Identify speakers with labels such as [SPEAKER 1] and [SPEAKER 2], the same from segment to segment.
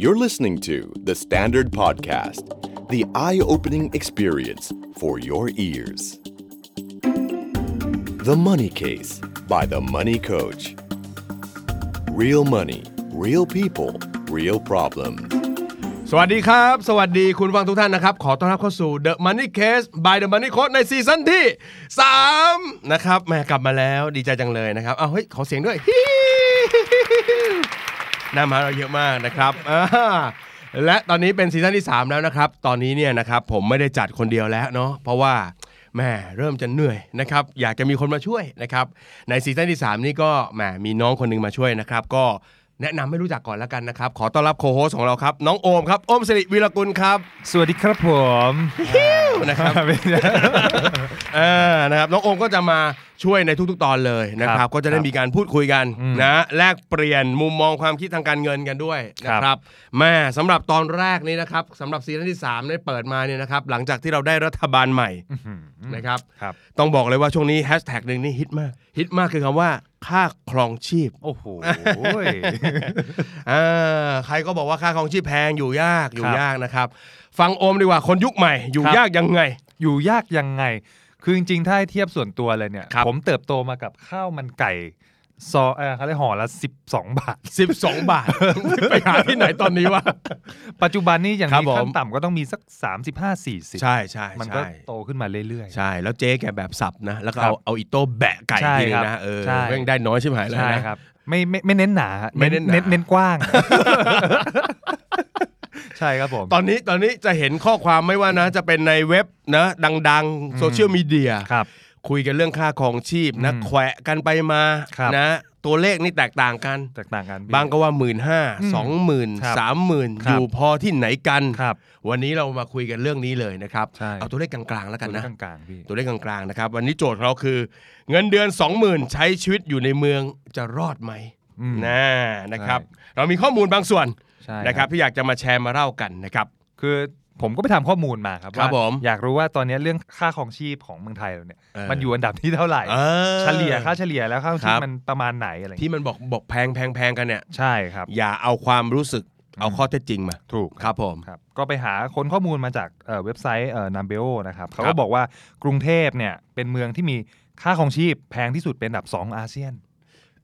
[SPEAKER 1] You're listening to The Standard Podcast, the eye opening experience for your ears. The Money Case by The Money Coach. Real money, real people, real problems.
[SPEAKER 2] สวัสดีครับ สวัสดีคุณผู้ฟังทุกท่านนะครับ ขอต้อนรับเข้าสู่ The Money Case by The Money Coach ในซีซั่นที่ 3 นะครับแหมกลับมาแล้วดีใจจังเลยนะครับ เอาวเฮ้ย ขอเสียง ด้วย หน้ามาเราเยอะมากนะครับ อ่าและตอนนี้เป็นซีซั่นที่ 3 แล้วนะครับ ตอนนี้เนี่ยนะครับผมไม่ได้จัดคนเดียวแล้วเนาะ เพราะว่าแหม่เริ่มจะเหนื่อยนะครับ อยากจะมีคนมาช่วยนะครับ ในซีซั่นที่ 3 นี่ก็แหมมีน้องคนหนึงมาช่วยนะครับ ก็แนะนำให้รู้จักก่อนแล้วกันนะครับ ขอต้อนรับโคโฮสของเราครับ น้องโอมครับ โอมสิริวีรกุลครับ
[SPEAKER 3] สวัสดีครับ ผม
[SPEAKER 2] นะครับ เออนะครับน้องโอมก็จะมาช่วยในทุกๆ ตอนเลยนะครับ ก็จะได้มีการพูดคุยกันนะแลกเปลี่ยนมุมมองความคิดทางการเงินกันด้วยนะครับแม่สำหรับตอนแรกนี้นะครับสำหรับซีซั่นที่3ได้เปิดมาเนี่ยนะครับ หลังจากที่เราได้รัฐบาลใหม่นะครับ
[SPEAKER 3] ครับ
[SPEAKER 2] ต้องบอกเลยว่าช่วงนี้แฮชแท็กหนึ่งนี่ฮิตมากฮิตมากคือคำว่าค่าครองชีพ
[SPEAKER 3] โอ้โห
[SPEAKER 2] อ่าใครก็บอกว่าค่าครองชีพแพงอยู่ยากอยู่
[SPEAKER 3] ครับ
[SPEAKER 2] ยากนะครับ ฟังโอมดีกว่าคนยุคใหม่อยู่ยากยังไง
[SPEAKER 3] อยู่ยากยังไง คือจริงๆ ถ้าให้เทียบส่วนตัวเลยเนี่ย
[SPEAKER 2] ครับ
[SPEAKER 3] ผมเติบโตมากับข้าวมันไก่ซอเออเขาเรียกห่อละ 12 บาท
[SPEAKER 2] 12 บ าท ไปหาที่ไหนตอนนี้วะ
[SPEAKER 3] ปัจจุบันนี้อย่าง
[SPEAKER 2] ครับ
[SPEAKER 3] นี้ขั้
[SPEAKER 2] ผ
[SPEAKER 3] น
[SPEAKER 2] ม
[SPEAKER 3] ต่ำก็ต้องมีสัก 35 40
[SPEAKER 2] ใช่ใช่
[SPEAKER 3] มันก็
[SPEAKER 2] ใช่
[SPEAKER 3] โตขึ้นมาเรื่อย
[SPEAKER 2] ใช่ แล้วเจ๊แกแบบสับนะ แล้วก็
[SPEAKER 3] ครั
[SPEAKER 2] เอา
[SPEAKER 3] บ
[SPEAKER 2] เอาอิโต้แบะไก่
[SPEAKER 3] ใช่
[SPEAKER 2] ทีนึ
[SPEAKER 3] ครั
[SPEAKER 2] ง
[SPEAKER 3] บ
[SPEAKER 2] นะเออ
[SPEAKER 3] ใช่
[SPEAKER 2] แม่งได้น้อยชิบหาย
[SPEAKER 3] ๆ
[SPEAKER 2] เลย
[SPEAKER 3] ใช่
[SPEAKER 2] นะ
[SPEAKER 3] ครับ ไม่ไม่ไม่เน้นหนาฮะ
[SPEAKER 2] ไม่เน้นหนา
[SPEAKER 3] เน้นก ว้าง ใช่ครับผม
[SPEAKER 2] ตอนนี้ตอนนี้จะเห็นข้อความไม่ว่านะ จะเป็นในเว็บนะดังๆโซเชียลมีเดีย
[SPEAKER 3] ครับ
[SPEAKER 2] คุยกันเรื่องค่าครองชีพนะ
[SPEAKER 3] อืม
[SPEAKER 2] แขวะกันไปมา
[SPEAKER 3] ครับ
[SPEAKER 2] นะ ตัวเลขนี่แตกต่างกัน
[SPEAKER 3] แตกต่างกันพี่
[SPEAKER 2] บางก็ว่าหมื่นห้า
[SPEAKER 3] อืม
[SPEAKER 2] สองหมื่น
[SPEAKER 3] ครับ
[SPEAKER 2] สามหมื่น
[SPEAKER 3] ค
[SPEAKER 2] อ
[SPEAKER 3] รับ
[SPEAKER 2] ยู่พอที่ไหนกัน
[SPEAKER 3] ครับ
[SPEAKER 2] วันนี้เรามาคุยกันเรื่องนี้เลยนะครับ
[SPEAKER 3] ใช่
[SPEAKER 2] เอาตัวเลขกลางๆแล้วกันนะ
[SPEAKER 3] ตัวเลขกลางๆพี่
[SPEAKER 2] ตัวเลขกลางๆนะครับ วันนี้โจทย์ของเราคือ เงินเดือน 20,000 ใช้ชีวิตอยู่ในเมืองจะรอดไหม
[SPEAKER 3] อืม
[SPEAKER 2] นะนะครับ
[SPEAKER 3] ใช่
[SPEAKER 2] เรามีข้อมูลบางส่วน
[SPEAKER 3] ใช่
[SPEAKER 2] นะครับที่อยากจะมาแชร์มาเล่ากันนะครับ
[SPEAKER 3] คือผมก็ไปทำข้อมูลมาครับ
[SPEAKER 2] ครับ
[SPEAKER 3] ว่า
[SPEAKER 2] ผม
[SPEAKER 3] อยากรู้ว่าตอนนี้เรื่องค่าครองชีพของเมืองไทยเราเนี่ย
[SPEAKER 2] เออ
[SPEAKER 3] มันอยู่อันดับที่เท่าไหร่
[SPEAKER 2] เออ
[SPEAKER 3] เฉลี่ยค่าเฉลี่ยแล้วค่าครองชี
[SPEAKER 2] ค
[SPEAKER 3] พ
[SPEAKER 2] รับ
[SPEAKER 3] มันประมาณไหนอะไรอย่าง
[SPEAKER 2] ที่
[SPEAKER 3] เงี้ย
[SPEAKER 2] มันบอกบอกแพงแพงแพงกันเนี่ย
[SPEAKER 3] ใช่ครับ
[SPEAKER 2] อย่าเอาความรู้สึกเอาข้อเท็จจริงมา
[SPEAKER 3] ถูก
[SPEAKER 2] ครับผม
[SPEAKER 3] ครับก็ไปหาค้นข้อมูลมาจากเอ่อเว็บไซต์นัมเบโอ Numbeo นะครับเขา
[SPEAKER 2] ครั
[SPEAKER 3] ก็
[SPEAKER 2] บ
[SPEAKER 3] บอกว่ากรุงเทพเนี่ยเป็นเมืองที่มีค่าครองชีพแพงที่สุดเป็นอันดับ 2 อาเซียน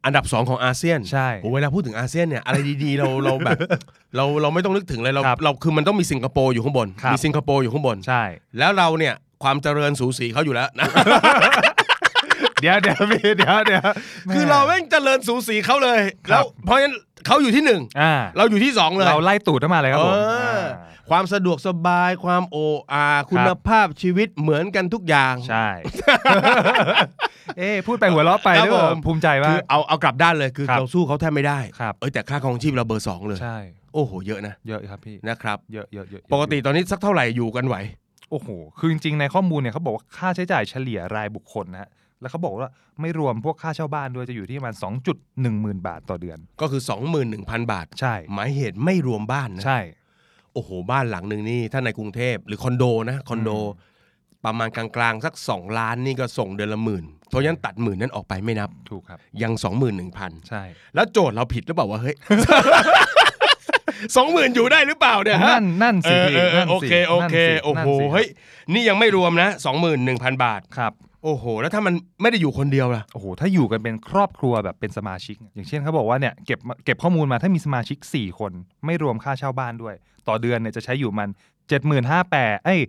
[SPEAKER 2] อันดับ 2 ของอาเซียน
[SPEAKER 3] ใช่
[SPEAKER 2] โอ้เวลาพูดถึงอาเซียนเนี่ยอะไรดีๆ เราเราแบบ เราเราไม่ต้องนึกถึงเลยเรา
[SPEAKER 3] ครับ
[SPEAKER 2] เราคือมันต้องมีสิงคโปร์อยู่ข้างบน
[SPEAKER 3] ครับ
[SPEAKER 2] มีสิงคโปร์อยู่ข้างบน
[SPEAKER 3] ใช่
[SPEAKER 2] แล้วเราเนี่ยความเจริญสูสีเขาอยู่แล้วนะ
[SPEAKER 3] เดี๋ยวเดี๋ยวพี่เดี๋ยวเดี๋ยว
[SPEAKER 2] คือเราแม่งเจริญสูสีเขาเลย แล้วเพราะฉะนั้นเขาอยู่ที่หนึ่ง
[SPEAKER 3] อ่า
[SPEAKER 2] เราอยู่ที่สองเลย
[SPEAKER 3] เราไล่ตูดเข้ามาเลยครับผม
[SPEAKER 2] เออ
[SPEAKER 3] อ่า
[SPEAKER 2] ความสะดวกสบายความโออาคุณ
[SPEAKER 3] ครับ
[SPEAKER 2] ภาพชีวิตเหมือนกันทุกอย่าง
[SPEAKER 3] ใช่ เอ้พูดไปหัวเราะไป
[SPEAKER 2] ครับ
[SPEAKER 3] ด้วย
[SPEAKER 2] ผม
[SPEAKER 3] ภูมิใจมา
[SPEAKER 2] คือก เอาเอากลับด้านเลยคือ
[SPEAKER 3] ครับ
[SPEAKER 2] เราสู้เขาแทบไม่ได้
[SPEAKER 3] ครับ
[SPEAKER 2] เอ้ยแต่ค่าครองชีพเราเบอร์สองเลย
[SPEAKER 3] ใช่
[SPEAKER 2] โอ้โหเยอะนะ
[SPEAKER 3] เยอะครับพี่
[SPEAKER 2] นะครับ
[SPEAKER 3] เยอะเยอะเยอะ
[SPEAKER 2] ปกติตอนนี้สักเท่าไหร่อยู่กันไหว
[SPEAKER 3] โอ้โห คือจริงๆ ในข้อมูลเนี่ยเขาบอกว่าค่าใช้จ่ายเฉลี่ยรายบุคคลนะฮะ แล้วเขาบอกว่าไม่รวมพวกค่าเช่าบ้านด้วยจะอยู่ที่ประมาณ2.1หมื่นบาทต่อเดือน
[SPEAKER 2] ก็คือ 21,000 บาท
[SPEAKER 3] ใช่
[SPEAKER 2] หมายเหตุไม่รวมบ้านนะ
[SPEAKER 3] ใช่
[SPEAKER 2] โอ้โหบ้านหลังหนึ่งนี่ถ้าในกรุงเทพหรือคอนโดนะคอนโด ประมาณกลางๆสัก 2 ล้านนี่ก็ส่งเดือนละหมื่นเพราะฉะนั้นตัดหมื่นนั้นออกไปไม่นับ
[SPEAKER 3] ถูกครับ
[SPEAKER 2] ยัง 21,000
[SPEAKER 3] ใช่
[SPEAKER 2] แล้วโจทย์เราผิดหรือเปล่าว่าเฮ้ย สองหมื่นอยู่ได้หรือเปล่าเนี่ยฮะ
[SPEAKER 3] นั่นนั่น
[SPEAKER 2] เออ
[SPEAKER 3] สิพี่
[SPEAKER 2] เออเอ
[SPEAKER 3] นั่
[SPEAKER 2] อน
[SPEAKER 3] สิ
[SPEAKER 2] โอเคโอเค
[SPEAKER 3] นั่นสิ
[SPEAKER 2] โอ้
[SPEAKER 3] นั่
[SPEAKER 2] โห
[SPEAKER 3] นสิ
[SPEAKER 2] เฮ้ยนี่ยังไม่รวมนะ 21,000 บาท
[SPEAKER 3] ครับ
[SPEAKER 2] โอ้โห แล้วถ้ามันไม่ได้อยู่คนเดียวล่ะ
[SPEAKER 3] โอ้โห ถ้าอยู่กันเป็นครอบครัวแบบเป็นสมาชิก อย่างเช่นเขาบอกว่าเนี่ยเก็บมาเก็บข้อมูลมาถ้ามีสมาชิก 4 คน ไม่รวมค่าเช่าบ้านด้วย ต่อเดือนเนี่ยจะใช้อยู่มัน 75,800เอ้ย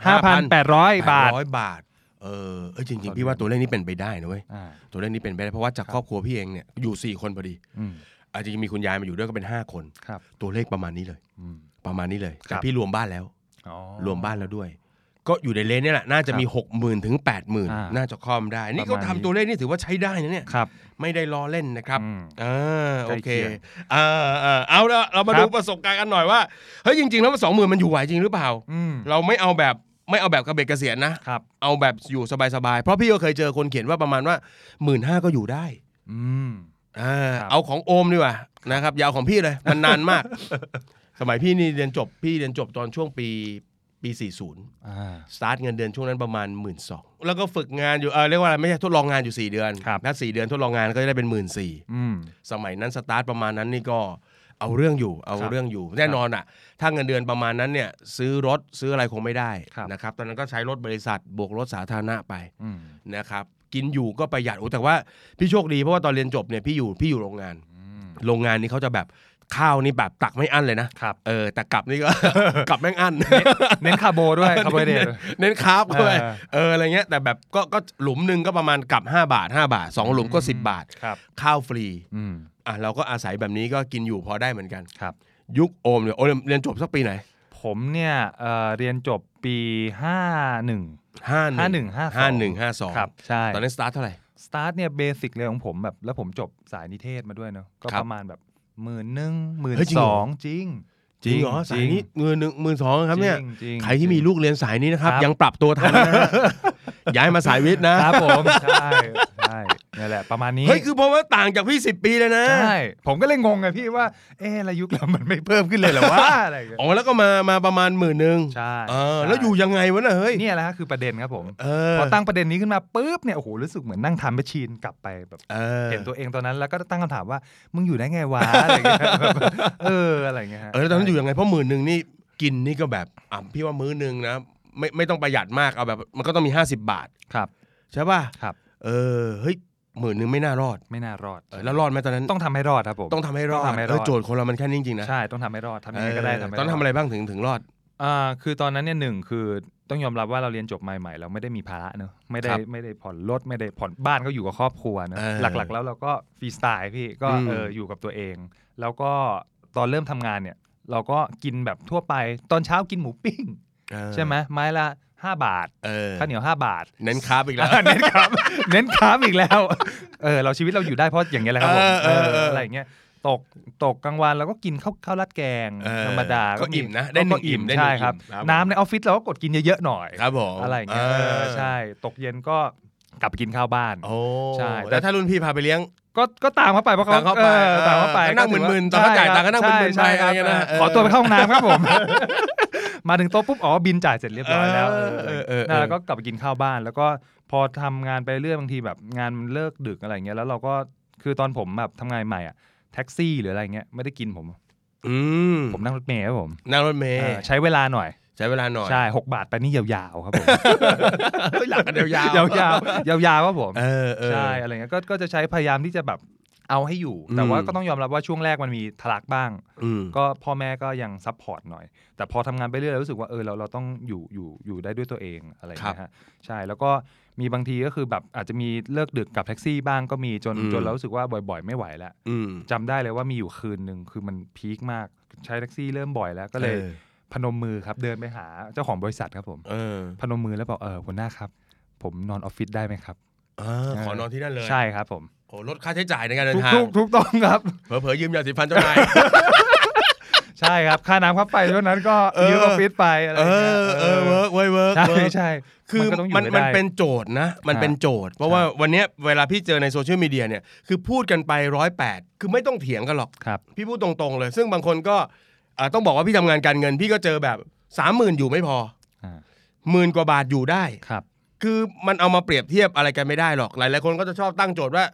[SPEAKER 3] 75,800 บาท
[SPEAKER 2] ร้อยบาทเออเอยจริงๆพี่ว่าตัวเลขนี้เป็นไปได้นะเว้ย
[SPEAKER 3] อ่า
[SPEAKER 2] ตัวเลขนี้เป็นไปได้เพราะว่าจากครอบครัวพี่เองเนี่ยอยู่ 4 คนพอดี
[SPEAKER 3] อืม
[SPEAKER 2] อาจจะมีคุณยายมาอยู่ด้วยก็เป็น 5 คน
[SPEAKER 3] ครับ
[SPEAKER 2] ตัวเลขประมาณนี้เลย
[SPEAKER 3] อืม
[SPEAKER 2] ประมาณนี้เลย
[SPEAKER 3] ครั
[SPEAKER 2] แต่
[SPEAKER 3] บ
[SPEAKER 2] พี่รวมบ้านแล้ว
[SPEAKER 3] อ๋อ
[SPEAKER 2] รวมบ้านแล้วด้วย ก็อยู่ในเลนเนี่ยแหละน่าจะมี 6 0,000ื่นถึง8 0 0 0
[SPEAKER 3] อ่า
[SPEAKER 2] 0 น่าจะคล่อมได้ นี่
[SPEAKER 3] ประ
[SPEAKER 2] เขา
[SPEAKER 3] มาณนี้
[SPEAKER 2] ทำตัวเลขนี่ถือว่าใช้ได้นะเนี่ย
[SPEAKER 3] ครับ
[SPEAKER 2] ไม่ได้ล้อเล่นนะครับ
[SPEAKER 3] อืม
[SPEAKER 2] อ่าโอเค
[SPEAKER 3] ใกล้เคียง
[SPEAKER 2] อ่าอ่าเอาละเรามา
[SPEAKER 3] ครั
[SPEAKER 2] ดู
[SPEAKER 3] บ
[SPEAKER 2] ประสบการณ์กันหน่อยว่าเฮ้ยจริงๆแล้วสองหมื่น20,000มันอยู่ไหวจริงหรือเปล่า
[SPEAKER 3] อืม
[SPEAKER 2] เราไม่เอาแบบไม่เอาแบบกระเบกกระเสียนนะ
[SPEAKER 3] ครับ
[SPEAKER 2] เอาแบบอยู่สบายๆ เพราะพี่ก็เคยเจอคนเขียนว่าประมาณว่าหมื่นห้าก็อยู่ได้
[SPEAKER 3] อืม
[SPEAKER 2] อ่า
[SPEAKER 3] ครับ
[SPEAKER 2] เอาของโอมดีกว่านะครับอยาวของพี่เลย มันนานมาก สมัยพี่นี่เรียนจบพี่เรียนจบตอนช่วงปีปี 40
[SPEAKER 3] อ่า
[SPEAKER 2] สตาร์ทเงินเดือนช่วงนั้นประมาณ 1 2ื่นแล้วก็ฝึกงานอยู่เออเรียกว่าอะไรไม่ใช่ทดลองงานอยู่ 4 เดือน
[SPEAKER 3] ครับ
[SPEAKER 2] ถ้า4เดือนทดลองงานก็จะได้เป็น 1 4ื่น
[SPEAKER 3] อืม
[SPEAKER 2] สมัยนั้นสตาร์ทประมาณนั้นนี่ก็ เอาเรื่องอยู่เอา
[SPEAKER 3] ครับ
[SPEAKER 2] เรื่องอยู่ แน่นอนอ่ะถ้าเงินเดือนประมาณนั้นเนี่ยซื้อรถซื้ออะไรคงไม่ได้
[SPEAKER 3] ครับ
[SPEAKER 2] นะครับตอนนั้นก็ใช้รถบริษัทบวกรถสาธารณะไป
[SPEAKER 3] อืม
[SPEAKER 2] นะครับกินอยู่ก็ประหยัดโอ้แต่ว่าพี่โชคดีเพราะว่าตอนเรียนจบเนี่ยพี่อยู่พี่อยู่โรงงาน
[SPEAKER 3] อืม
[SPEAKER 2] โรงงานนี้เขาจะแบบข้าวนี่แบบตักไม่อั้นเลยนะครับ เออแต่กลับนี่ก็ กลับแม่งอั้น
[SPEAKER 3] เน้นคาร์โบด้วยคาร์โบไฮเดรต
[SPEAKER 2] เน้นคาร์บ
[SPEAKER 3] เออ
[SPEAKER 2] ด้วยเอออะไรเงี้ยแต่แบบก็ก็หลุมหนึ่งก็ประมาณกลับ 5 บาท 5 บาท 2 หลุมก็ 10 บาท
[SPEAKER 3] ครับ
[SPEAKER 2] ข้าวฟรี
[SPEAKER 3] อืม
[SPEAKER 2] อ่ะเราก็อาศัยแบบนี้ก็กินอยู่พอได้เหมือนกัน
[SPEAKER 3] ครับ
[SPEAKER 2] ยุคโอมเนี่ยโอมเรียนจบสักปีไหน
[SPEAKER 3] ผมเนี่ยเอ่อเรียนจบปี 51
[SPEAKER 2] ห้า
[SPEAKER 3] 51 52
[SPEAKER 2] ห้าหนึ่งห้าสอง
[SPEAKER 3] ครับ ใช่
[SPEAKER 2] ตอนนั้นสตาร์ทเท่าไหร่
[SPEAKER 3] สตาร์ทเนี่ยเบสิกเลยของผมแบบแล้วผมจบสายนิเทศมาด้วยเนาะก็
[SPEAKER 2] ครับ
[SPEAKER 3] ประมาณแบบหมื่นหนึ่งหมื่น
[SPEAKER 2] เฮ้ยจริง
[SPEAKER 3] ส
[SPEAKER 2] เหร
[SPEAKER 3] อ
[SPEAKER 2] อ
[SPEAKER 3] งจริง
[SPEAKER 2] จริงเหรอสายนี้เงินหนึ่งหมื่นสองครับเนี่ย
[SPEAKER 3] จงจง
[SPEAKER 2] ใครที่มีลูกเรียนสายนี้นะครับ
[SPEAKER 3] ครับ
[SPEAKER 2] ยังปรับตัวทันนะ ฮะ ย้ายมาสายวิทย์นะครับ
[SPEAKER 3] ผม ใช่ใช่นี่นแหละประมาณนี้
[SPEAKER 2] เฮ้ยคือผมว่าต่างจากพี่สิบปีเลยนะ
[SPEAKER 3] ใช่ผมก็เลยงงไงพี่ว่า เออระยุคเรามันไม่เพิ่มขึ้นเลยเหรอวะอะไรอย่างเงี้ย
[SPEAKER 2] อ๋อแล้วก็มามาประมาณหมื่นหนึ่ง
[SPEAKER 3] ใช่
[SPEAKER 2] เออแล้วอยู่ยังไงวะน่ะเฮ้ย
[SPEAKER 3] เนี่ยแหละฮะคือประเด็นครับผม
[SPEAKER 2] เออ
[SPEAKER 3] พอตั้งประเด็นนี้ขึ้นมาปุ๊บเนี่ยโอ้โหรู้สึกเหมือนนั่งทำแมชชีนกลับไปแบบ
[SPEAKER 2] เออ
[SPEAKER 3] เห็นตัวเองตอนนั้นแล้วก็ตั้งคำถามว่า มึงอยู่ได้ไงวะ อะไรอย่างเงี้ย แบบเอออะไรย่างเงี้ยฮะ
[SPEAKER 2] เออแล้วตอนนั้นอยู่ยังไงเพราะหมื่นหนึ่งนี่กินนี่ก็แบบอ่ะพี่ว่ามื้อหนึ่งนะไม่ไม่ต้องประหยัดมากเอาแบบ มันก็ต้องมี 50 บาท
[SPEAKER 3] ครับ
[SPEAKER 2] ใช่ป่ะ
[SPEAKER 3] ครับ
[SPEAKER 2] เออเฮ้ยหมื่นหนึ่งไม่น่ารอด
[SPEAKER 3] ไม่น่ารอด
[SPEAKER 2] เออแล้วรอดไหมตอนนั้น
[SPEAKER 3] ต้องทำให้รอดครับผม
[SPEAKER 2] ต้องทำให้รอด
[SPEAKER 3] ต้องทำให้รอด
[SPEAKER 2] เออโจทย์ของเรามันแค่นี้จริงๆนะ
[SPEAKER 3] ใช่ต้องทำให้รอดทำยังไงก็ได้
[SPEAKER 2] เออ
[SPEAKER 3] ทำให้
[SPEAKER 2] ตอนนั้นทำอะไรบ้างถึงถึงรอด
[SPEAKER 3] อ่าคือตอนนั้นเนี่ยหนึ่งคือต้องยอมรับว่าเราเรียนจบใหม่ๆเราไม่ได้มีภาระเนอะไม่ได้
[SPEAKER 2] ครับ
[SPEAKER 3] ไม่ได้ผ่อนรถไม่ได้ผ่อนบ้านก็อยู่กับครอบครัวเนอะ
[SPEAKER 2] เออ
[SPEAKER 3] หลักๆ แล้วเราก็ฟรีสไตล์พี่ก็
[SPEAKER 2] อืม
[SPEAKER 3] เอออยู่กับตัวเอง แล้วก็ตอนเริ่มทำงานเนี่ย เราก็กินแบบทั่วไปตอนเช้ากินหมูปิ้ง
[SPEAKER 2] เออ
[SPEAKER 3] ใช่ไหมไม้ละห้าบาท
[SPEAKER 2] เออ
[SPEAKER 3] ข้าวเหนียวห้าบาท
[SPEAKER 2] เน้นคาร์บอีกแล้ว
[SPEAKER 3] เน้นครับ เน้นครับอีกแล้ว เออ เราชีวิตเราอยู่ได้เพราะอย่างเงี้ยแหละครับผม
[SPEAKER 2] เออเออเออ
[SPEAKER 3] เอออะไรอย่างเงี้ย ตก ตกกลางวันเราก็กินข้าวข้าวราดแกง
[SPEAKER 2] เออ
[SPEAKER 3] ธรรมดา
[SPEAKER 2] ก็อิ่มนะได้หนึ่
[SPEAKER 3] ก็
[SPEAKER 2] งอิ่มได้หนึ่ง
[SPEAKER 3] ใช่ครับ
[SPEAKER 2] อิ่มครับ
[SPEAKER 3] น้ำในออฟฟิศเราก็กดกินเยอะๆหน่อย
[SPEAKER 2] ครับผม
[SPEAKER 3] อะไรอย่างเงี้ย เออ ใช่ ตกเย็นก็กลับไปกินข้าวบ้าน
[SPEAKER 2] โอ้
[SPEAKER 3] ใช่
[SPEAKER 2] แต่ถ้ารุ่นพี่พาไปเลี้ยง
[SPEAKER 3] ก็ ก็ตามเขาไปเพราะเขา
[SPEAKER 2] ตามเขาไป
[SPEAKER 3] ออตามเขาไป
[SPEAKER 2] ก็นั่ง
[SPEAKER 3] ถือว่า
[SPEAKER 2] มึนๆตอนเขาจ่ายตังค์ก็นั่ง
[SPEAKER 3] ใช่
[SPEAKER 2] มึนๆ
[SPEAKER 3] ใช่
[SPEAKER 2] ไปอะไร
[SPEAKER 3] ค
[SPEAKER 2] เงี้
[SPEAKER 3] รับ
[SPEAKER 2] ยนะเออ
[SPEAKER 3] ขอตัวไปเข้าห้องน้ำครับผม มาถึงโต๊ะปุ๊บ อ๋อ บินจ่ายเสร็จเรียบร้อยแล้ว
[SPEAKER 2] เออเออเออ
[SPEAKER 3] นั่นแล้วก็กลับไปกินข้าวบ้าน แล้วก็พอทำงานไปเรื่อยบางทีแบบงานมันเลิกดึกอะไรเงี้ย แล้วเราก็ คือตอนผมแบบทำงานใหม่อ่ะ แท็กซี่หรืออะไรเงี้ยไม่ได้กินผม
[SPEAKER 2] อืม
[SPEAKER 3] ผมนั่งรถเมล์ครับผม
[SPEAKER 2] นั่งรถเม
[SPEAKER 3] เอ
[SPEAKER 2] ย์
[SPEAKER 3] อใช้เวลาหน่อย
[SPEAKER 2] ใช้เวลาหน่อย
[SPEAKER 3] ใช่หกบาทไปนี่ยาวๆครับผม
[SPEAKER 2] เฮ้ยหลังกันยาวๆ
[SPEAKER 3] ยาวๆยาวๆครับผม
[SPEAKER 2] เออเออ
[SPEAKER 3] ใช่อะไรเงี้ยก็ก็จะใช้พยายามที่จะแบบเอาให้อยู่ แต่
[SPEAKER 2] อืม
[SPEAKER 3] ว่าก็ต้องยอมรับว่าช่วงแรกมันมีทะลักบ้าง
[SPEAKER 2] อืม
[SPEAKER 3] ก็พ่อแม่ก็ยังซัพพอร์ตหน่อย แต่พอทำงานไปเรื่อยๆรู้สึกว่าเออเราเราต้องอยู่อยู่อยู่ได้ด้วยตัวเองอะไร
[SPEAKER 2] ครับ
[SPEAKER 3] เงี้ยฮะใช่แล้วก็มีบางทีก็คือแบบอาจจะมีเลิกดึกกับแท็กซี่บ้างก็มีจน
[SPEAKER 2] อืม
[SPEAKER 3] จนเรารู้สึกว่าบ่อยๆ ไม่ไหวแล้ว
[SPEAKER 2] อืม
[SPEAKER 3] จำได้เลยว่ามีอยู่คืนหนึ่งคือมันพีคมากใช้แท็กซี่เริ่มบ่อยแล้วก็เลย
[SPEAKER 2] ออ
[SPEAKER 3] พนมมือครับเดินไปหาเจ้าของบริษัทครับผม
[SPEAKER 2] เออ
[SPEAKER 3] พนมมือแล้วบอกเออหัวหน้าครับ ผมนอนออฟฟิศได้ไหมครับ
[SPEAKER 2] อ่าขอนอนที่นั่นเลย
[SPEAKER 3] ใช่ครับผม
[SPEAKER 2] โอ้ลดค่าใช้จ่ายในการเดิ
[SPEAKER 3] ถู
[SPEAKER 2] น
[SPEAKER 3] ก
[SPEAKER 2] ทาง
[SPEAKER 3] ถูกถูกต้องครับ
[SPEAKER 2] เผลอๆยืมยาสีฟันเจ้านาย
[SPEAKER 3] ใช่ครับ ค่าน้ำค่าไฟเท่านั้นก็
[SPEAKER 2] เออ
[SPEAKER 3] ยืมออฟฟิศไปอะไร
[SPEAKER 2] เอ
[SPEAKER 3] อย่างเงี้ย
[SPEAKER 2] อเออเวิร์กเว้ยเวิร์ก
[SPEAKER 3] ใช่
[SPEAKER 2] เวิร์ก
[SPEAKER 3] ใช่
[SPEAKER 2] คือ
[SPEAKER 3] ก็ต้องยู่
[SPEAKER 2] มัน
[SPEAKER 3] ให้
[SPEAKER 2] มัน
[SPEAKER 3] ได้
[SPEAKER 2] เป็นโจทย์นะ มัน
[SPEAKER 3] ฮะ
[SPEAKER 2] เป็นโจทย์ เพราะ
[SPEAKER 3] ครับ
[SPEAKER 2] ว่าวันเนี้ยเวลาพี่เจอในโซเชียลมีเดียเนี่ยคือพูดกันไปร้อยแปดคือไม่ต้องเถียงกันหรอก
[SPEAKER 3] ครับ
[SPEAKER 2] พี่พูดตรงๆเลย ซึ่งบางคนก็อ่าต้องบอกว่าพี่ทำงานการเงิน พี่ก็เจอแบบสามหมื่นอยู่ไม่พอ
[SPEAKER 3] อ่า
[SPEAKER 2] หมื่นกว่าบาทอยู่ได้
[SPEAKER 3] ครับ
[SPEAKER 2] คือมันเอามาเปรียบเทียบอะไรกันไม่ได้หรอก หลายหลายๆคนก็จะชอบตั้งโจทย์ว่า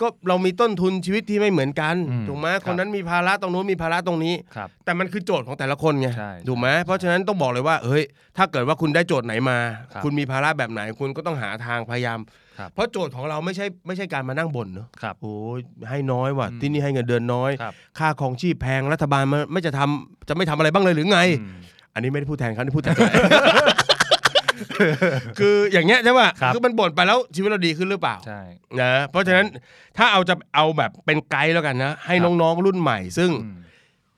[SPEAKER 2] ก็เรามีต้นทุนชีวิตที่ไม่เหมือนกัน
[SPEAKER 3] อืม
[SPEAKER 2] ถูกไหม
[SPEAKER 3] ครับ
[SPEAKER 2] คนนั้นมีภาระตรงนู้นมีภาระตรงนี้
[SPEAKER 3] ครับ
[SPEAKER 2] แต่มันคือโจทย์ของแต่ละคนไง
[SPEAKER 3] ใช่
[SPEAKER 2] ถูกไหมเพราะฉะนั้นต้องบอกเลยว่าเฮ้ยถ้าเกิดว่าคุณได้โจทย์ไหนมา
[SPEAKER 3] ครับ
[SPEAKER 2] คุณมีภาระแบบไหนคุณก็ต้องหาทางพยายาม
[SPEAKER 3] ครับ
[SPEAKER 2] เพราะโจทย์ของเราไม่ใช่ไม่ใช่การมานั่งบ่นเนอะ
[SPEAKER 3] ครับ
[SPEAKER 2] โอ้ยให้น้อยว่ะ
[SPEAKER 3] อืม
[SPEAKER 2] ที่นี่ให้เงินเดือนน้อย
[SPEAKER 3] ครับ
[SPEAKER 2] ค่าครองชีพแพงรัฐบาลมันไม่จะทำจะไม่ทำอะไรบ้างเลยหรือไง
[SPEAKER 3] อืม
[SPEAKER 2] อันนี้ไม่ได้พูดแทนเขาที่พู ดแทนตัวเอง คืออย่างเงี้ยใช่ป่ะ
[SPEAKER 3] ครับ
[SPEAKER 2] คือมันบ่นไปแล้วชีวิตเราดีขึ้นหรือเปล่า
[SPEAKER 3] ใช่
[SPEAKER 2] นะเพราะฉะนั้นถ้าเอาจะเอาแบบเป็นไกด์แล้วกันนะ ให้
[SPEAKER 3] ครับ
[SPEAKER 2] น้องๆรุ่นใหม่ ซึ่ง
[SPEAKER 3] อืม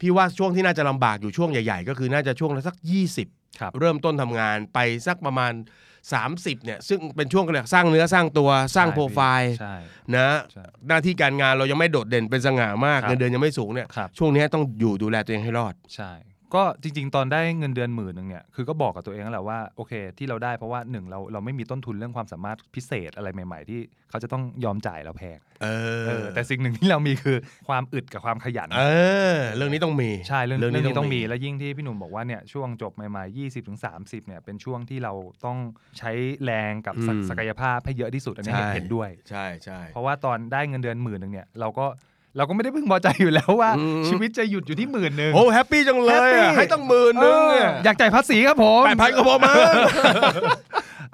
[SPEAKER 2] พี่ว่าช่วงที่น่าจะลำบากอยู่ช่วงใหญ่ ๆ ก็คือน่าจะช่วงละสัก 20
[SPEAKER 3] ครับ
[SPEAKER 2] เริ่มต้นทำงานไปสักประมาณ 30เนี่ยซึ่งเป็นช่วงเรียกสร้างเนื้อสร้างตัวสร้าง
[SPEAKER 3] ใช่
[SPEAKER 2] โปรไฟล์
[SPEAKER 3] ใช่
[SPEAKER 2] นะ
[SPEAKER 3] ใช่
[SPEAKER 2] หน้าที่การงานเรายังไม่โดดเด่นเป็นสง่ามาก
[SPEAKER 3] ครับ
[SPEAKER 2] เงินเดือนยังไม่สูงเนี่ย
[SPEAKER 3] ครับ
[SPEAKER 2] ช่วงเนี้ยต้องอยู่ดูแลตัวเองให้รอด
[SPEAKER 3] ใช่ ก็จริง ๆ ตอนได้เงินเดือนหมื่นหนึ่งเนี่ย คือก็บอกกับตัวเองแล้วแหละว่า โอเค ที่เราได้เพราะว่าหนึ่งเราเราไม่มีต้นทุนเรื่องความสามารถพิเศษอะไรใหม่ ๆ ที่เขาจะต้องยอมจ่ายเราแพง
[SPEAKER 2] เอ
[SPEAKER 3] เออ แต่สิ่งหนึ่งที่เรามีคือความอึดกับความขยัน
[SPEAKER 2] เออ เรื่องนี้ต้องมี
[SPEAKER 3] ใช่เรื่องเรื่องนี้ต้องมีและยิ่งที่พี่หนุ่มบอกว่าเนี่ยช่วงจบใหม่ๆ 20ถึง30เนี่ยเป็นช่วงที่เราต้องใช้แรงกับศักศักยภาพให้เยอะที่สุดอันนี้เห็นเห็นด้วย
[SPEAKER 2] ใช่ใช่
[SPEAKER 3] เพราะว่าตอนได้เงินเดือนหมื่นหนึ่งเนี่ยเราก็ เราก็ไม่ได้พึงพอใจอยู่แล้วว่า
[SPEAKER 2] อืม
[SPEAKER 3] ชีวิตจะหยุดอยู่ที่หมื่นหนึ่ง
[SPEAKER 2] โอ้แฮปปี้จังเลยอะ
[SPEAKER 3] Happy
[SPEAKER 2] ให้ตั้งหมื่นนึงเนี่ย
[SPEAKER 3] อยากจ่ายภาษีครับผม
[SPEAKER 2] แปดพันก็พอมั้ง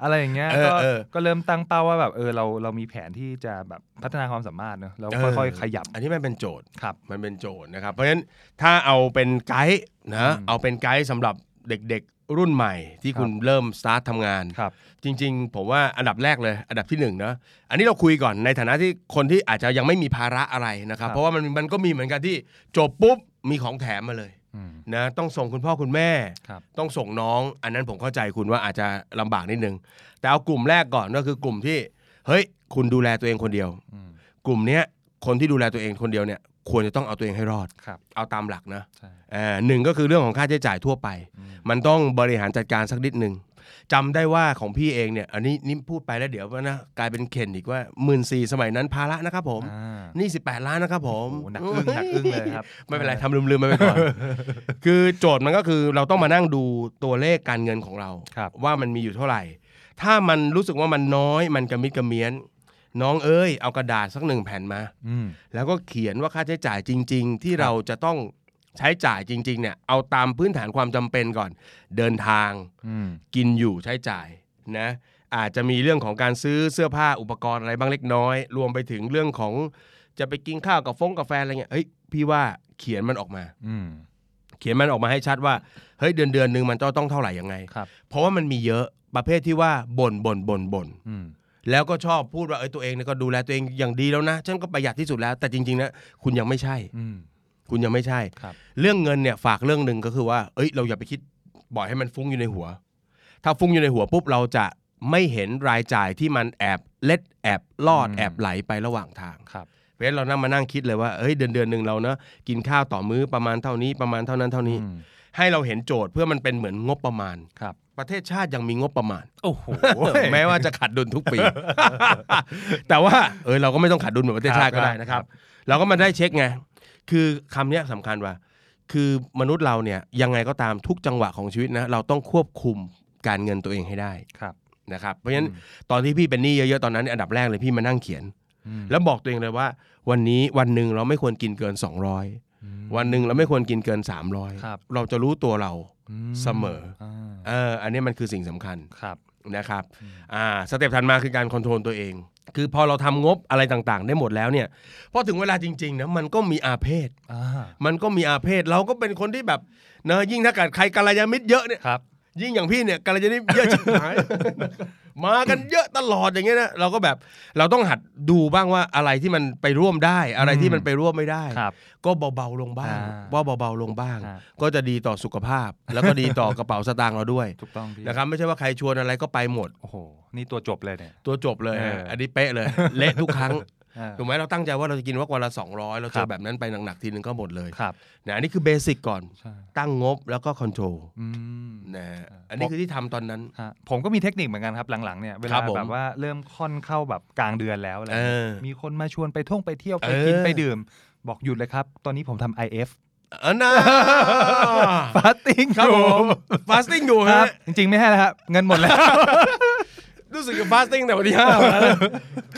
[SPEAKER 3] อะไรอย่างเงี้ย
[SPEAKER 2] เออ
[SPEAKER 3] ก็
[SPEAKER 2] เออ
[SPEAKER 3] ก็เริ่มตั้งเป้าว่าแบบเออเราเรามีแผนที่จะแบบพัฒนาความสามารถเนอะเรา
[SPEAKER 2] เออ
[SPEAKER 3] ค่อยๆ ขยับ
[SPEAKER 2] อันนี้มันเป็นโจทย์
[SPEAKER 3] ครับ
[SPEAKER 2] มันเป็นโจทย์นะครับ เพราะฉะนั้นถ้าเอาเป็นไกด์นะ เอาเป็นไกด์สำหรับเด็กๆรุ่นใหม่ที่
[SPEAKER 3] ครับ
[SPEAKER 2] คุณเริ่มสตาร์ททำงาน
[SPEAKER 3] ครับ
[SPEAKER 2] จริงๆ ผมว่าอันดับแรกเลยอันดับที่หนึ่งนะอันนี้เราคุยก่อนในฐานะที่คนที่อาจจะยังไม่มีภาระอะไรนะครับ เพราะว่ามันมันก็มีเหมือนกันที่จบปุ๊บมีของแถมมาเลย
[SPEAKER 3] อืม
[SPEAKER 2] นะต้องส่งคุณพ่อคุณแม่
[SPEAKER 3] ครับ
[SPEAKER 2] ต้องส่งน้อง อันนั้นผมเข้าใจคุณว่าอาจจะลำบากนิดนึง แต่เอากลุ่มแรกก่อนก็คือกลุ่มที่เฮ้ยคุณดูแลตัวเองคนเดียว
[SPEAKER 3] อืม
[SPEAKER 2] กลุ่มเนี้ยคนที่ดูแลตัวเองคนเดียวเนี่ยควรจะต้องเอาตัวเองให้รอด
[SPEAKER 3] ครับ
[SPEAKER 2] เอาตามหลักนะ
[SPEAKER 3] ใช่
[SPEAKER 2] เอ่อหนึ่งก็คือเรื่องของค่าใช้จ่ายทั่วไป
[SPEAKER 3] อืม
[SPEAKER 2] มันต้องบริหารจัดการสักนิดหนึ่งจำได้ว่าของพี่เองเนี่ย อันนี้นี่พูดไปแล้วเดี๋ยวนะกลายเป็นเข็นอีกว่าหมื่นสี่สมัยนั้นภาระนะครับผม
[SPEAKER 3] อ่า
[SPEAKER 2] นี่สิบแปดล้านนะครับผม
[SPEAKER 3] โอ้โหหนักอึ้งหนักอึ้งเลยครับ
[SPEAKER 2] ไม่เป็นไรทำลืมๆไปก่อน คือโจทย์มันก็คือเราต้องมานั่งดูตัวเลขการเงินของเรา
[SPEAKER 3] ครับ
[SPEAKER 2] ว่ามันมีอยู่เท่าไหร่ ถ้ามันรู้สึกว่ามันน้อยมันกระมิดกระเมียน น้องเอ้ยเอากระดาษสักหนึ่งแผ่นมา
[SPEAKER 3] อืม
[SPEAKER 2] แล้วก็เขียนว่าค่าใช้จ่ายจริง ๆ ที่
[SPEAKER 3] ครับ
[SPEAKER 2] เราจะต้องใช้จ่ายจริง ๆ เนี่ย เอาตามพื้นฐานความจำเป็นก่อน เดินทาง
[SPEAKER 3] อืม
[SPEAKER 2] กินอยู่ใช้จ่ายนะอาจจะมีเรื่องของการซื้อเสื้อผ้าอุปกรณ์อะไรบ้างเล็กน้อย รวมไปถึงเรื่องของจะไปกินข้าวกับฟงกาแฟนอะไรเงี้ยเฮ้ยพี่ว่าเขียนมันออกมา
[SPEAKER 3] อืม
[SPEAKER 2] เขียนมันออกมาให้ชัดว่าเฮ้ยเดือนเดือนหนึ่งมันต้องเท่าไหร่ยังไง
[SPEAKER 3] ครับ
[SPEAKER 2] เพราะว่ามันมีเยอะประเภทที่ว่าบ่นบ่นบ่นบ่น
[SPEAKER 3] อืม
[SPEAKER 2] แล้วก็ชอบพูดว่าเอ้ยตัวเองเนี่ยก็ดูแลตัวเองอย่างดีแล้วนะฉันก็ประหยัดที่สุดแล้ว แต่จริงๆนะคุณยังไม่ใช่
[SPEAKER 3] อืม
[SPEAKER 2] คุณยังไม่ใช่
[SPEAKER 3] ครับ
[SPEAKER 2] เรื่องเงินเนี่ยฝากเรื่องหนึ่งก็คือว่า เอ้ย เราอย่าไปคิดบ่อยให้มันฟุ้งอยู่ในหัว ถ้าฟุ้งอยู่ในหัวปุ๊บเราจะไม่เห็นรายจ่ายที่มันแอบเล็ดแอบลอดแอบไหลไประหว่างทาง
[SPEAKER 3] ครับ
[SPEAKER 2] เพราะฉะนั้นเรานั่งมานั่งคิดเลยว่าเอ้ยเดือนเดือนหนึ่งเราเนอะกินข้าวต่อมื้อประมาณเท่านี้ประมาณเท่านั้นเท่านี้
[SPEAKER 3] อืม
[SPEAKER 2] ให้เราเห็นโจทย์เพื่อมันเป็นเหมือนงบประมาณ
[SPEAKER 3] ครับ
[SPEAKER 2] ประเทศชาติยังมีงบประมาณ
[SPEAKER 3] โอ้โห
[SPEAKER 2] แม้ว่าจะขาดดุลทุกปี แต่ว่าเออเราก็ไม่ต้องขาดดุลเหมือนประเทศชาติก็ได้
[SPEAKER 3] ครับ
[SPEAKER 2] นะครับ เราก็มาได้เช็คไง คือคำเนี้ยสำคัญว่า คือมนุษย์เราเนี่ยยังไงก็ตามทุกจังหวะของชีวิตนะเราต้องควบคุมการเงินตัวเองให้ได้
[SPEAKER 3] ครับ
[SPEAKER 2] นะครับ เพราะฉะนั้น
[SPEAKER 3] อืม
[SPEAKER 2] ตอนที่พี่เป็นหนี้เยอะๆตอนนั้นเนี่ยอันดับแรกเลยพี่มานั่งเขียน
[SPEAKER 3] อืม
[SPEAKER 2] แล้วบอกตัวเองเลยว่า วันนี้วันหนึ่งเราไม่ควรกินเกิน 200
[SPEAKER 3] อืม
[SPEAKER 2] วันหนึ่งเราไม่ควรกินเกิน
[SPEAKER 3] ครับ
[SPEAKER 2] 300 เราจะรู้ตัวเรา
[SPEAKER 3] อื
[SPEAKER 2] เสมอ
[SPEAKER 3] า
[SPEAKER 2] เอออันเนี้ยมันคือสิ่งสำคัญ
[SPEAKER 3] ครับ
[SPEAKER 2] นะครับ
[SPEAKER 3] อืม
[SPEAKER 2] อ่าสเต็ปถัดมาคือการคอนโทรลตัวเอง คือพอเราทำงบอะไรต่างๆ ได้หมดแล้วเนี่ยพอถึงเวลาจริงๆนะมันก็มีอาเพศ
[SPEAKER 3] อ่า
[SPEAKER 2] มันก็มีอาเพศ เราก็เป็นคนที่แบบเนอะยิ่งถ้าเกิดใครกัลยาณมิตรเยอะเนี่ย
[SPEAKER 3] ครับ
[SPEAKER 2] ยิ่งอย่างพี่เนี่ยกัลยาณมิตรเยอะชิบหาย มากันเยอะตลอดอย่างเงี้ยนะเราก็แบบเราต้องหัดดูบ้างว่าอะไรที่มันไปร่วมได้ อะไรที่มันไปร่วมไม่ได้
[SPEAKER 3] ครับ
[SPEAKER 2] ก็เบาๆลงบ้าง
[SPEAKER 3] อ่า
[SPEAKER 2] ว่าเบาๆลงบ้าง
[SPEAKER 3] ครับ
[SPEAKER 2] ก็จะดีต่อสุขภาพ แล้วก็ดีต่อกระเป๋าสตางค์เราด้วย
[SPEAKER 3] ถูกต้องพี่
[SPEAKER 2] นะครับไม่ใช่ว่าใครชวนอะไรก็ไปหมด
[SPEAKER 3] โอ้โหนี่ตัวจบเลยเนี่ย
[SPEAKER 2] ตัวจบเลย
[SPEAKER 3] เออ
[SPEAKER 2] ฮะอันนี้เป๊ะ เลย เละทุกครั้ง
[SPEAKER 3] อ่า
[SPEAKER 2] ถูกไหมเราตั้งใจว่าเราจะกินว่าวันละ 200 เราเจ
[SPEAKER 3] ครั
[SPEAKER 2] อบ แบบนั้นไปหนักๆทีนึงก็หมดเลย
[SPEAKER 3] ครับ
[SPEAKER 2] นะอันนี้คือเบสิกก่อน
[SPEAKER 3] ใช่
[SPEAKER 2] ตั้งงบแล้วก็คอนโทรล
[SPEAKER 3] อืม
[SPEAKER 2] นะฮะ
[SPEAKER 3] อ่า
[SPEAKER 2] อันนี้คือที่ทำตอนนั้น
[SPEAKER 3] ฮะผมก็มีเทคนิคเหมือนกันครับหลังๆเนี่ยเว
[SPEAKER 2] ครั
[SPEAKER 3] ลา
[SPEAKER 2] บผม
[SPEAKER 3] แบบว่าเริ่มค่อนเข้าแบบกลางเดือนแล้วอะไร
[SPEAKER 2] เอ
[SPEAKER 3] เงี้
[SPEAKER 2] อย
[SPEAKER 3] มีคนมาชวนไปท่องไปเที่ยวไป
[SPEAKER 2] เออ
[SPEAKER 3] กินไปดื่ม บอกหยุดเลยครับ ตอนนี้ผมทำ IF
[SPEAKER 2] เออนะ
[SPEAKER 3] ฟาสติ้ง
[SPEAKER 2] ครับผมฟาสติ้งอยู่
[SPEAKER 3] ครั
[SPEAKER 2] ฮะ
[SPEAKER 3] บ จริงๆไม่ให้แล้วครับเงินหมดแล้ว
[SPEAKER 2] รู้สึกจะฟาสติ้งแต่วันที่ห้า แล้วนะ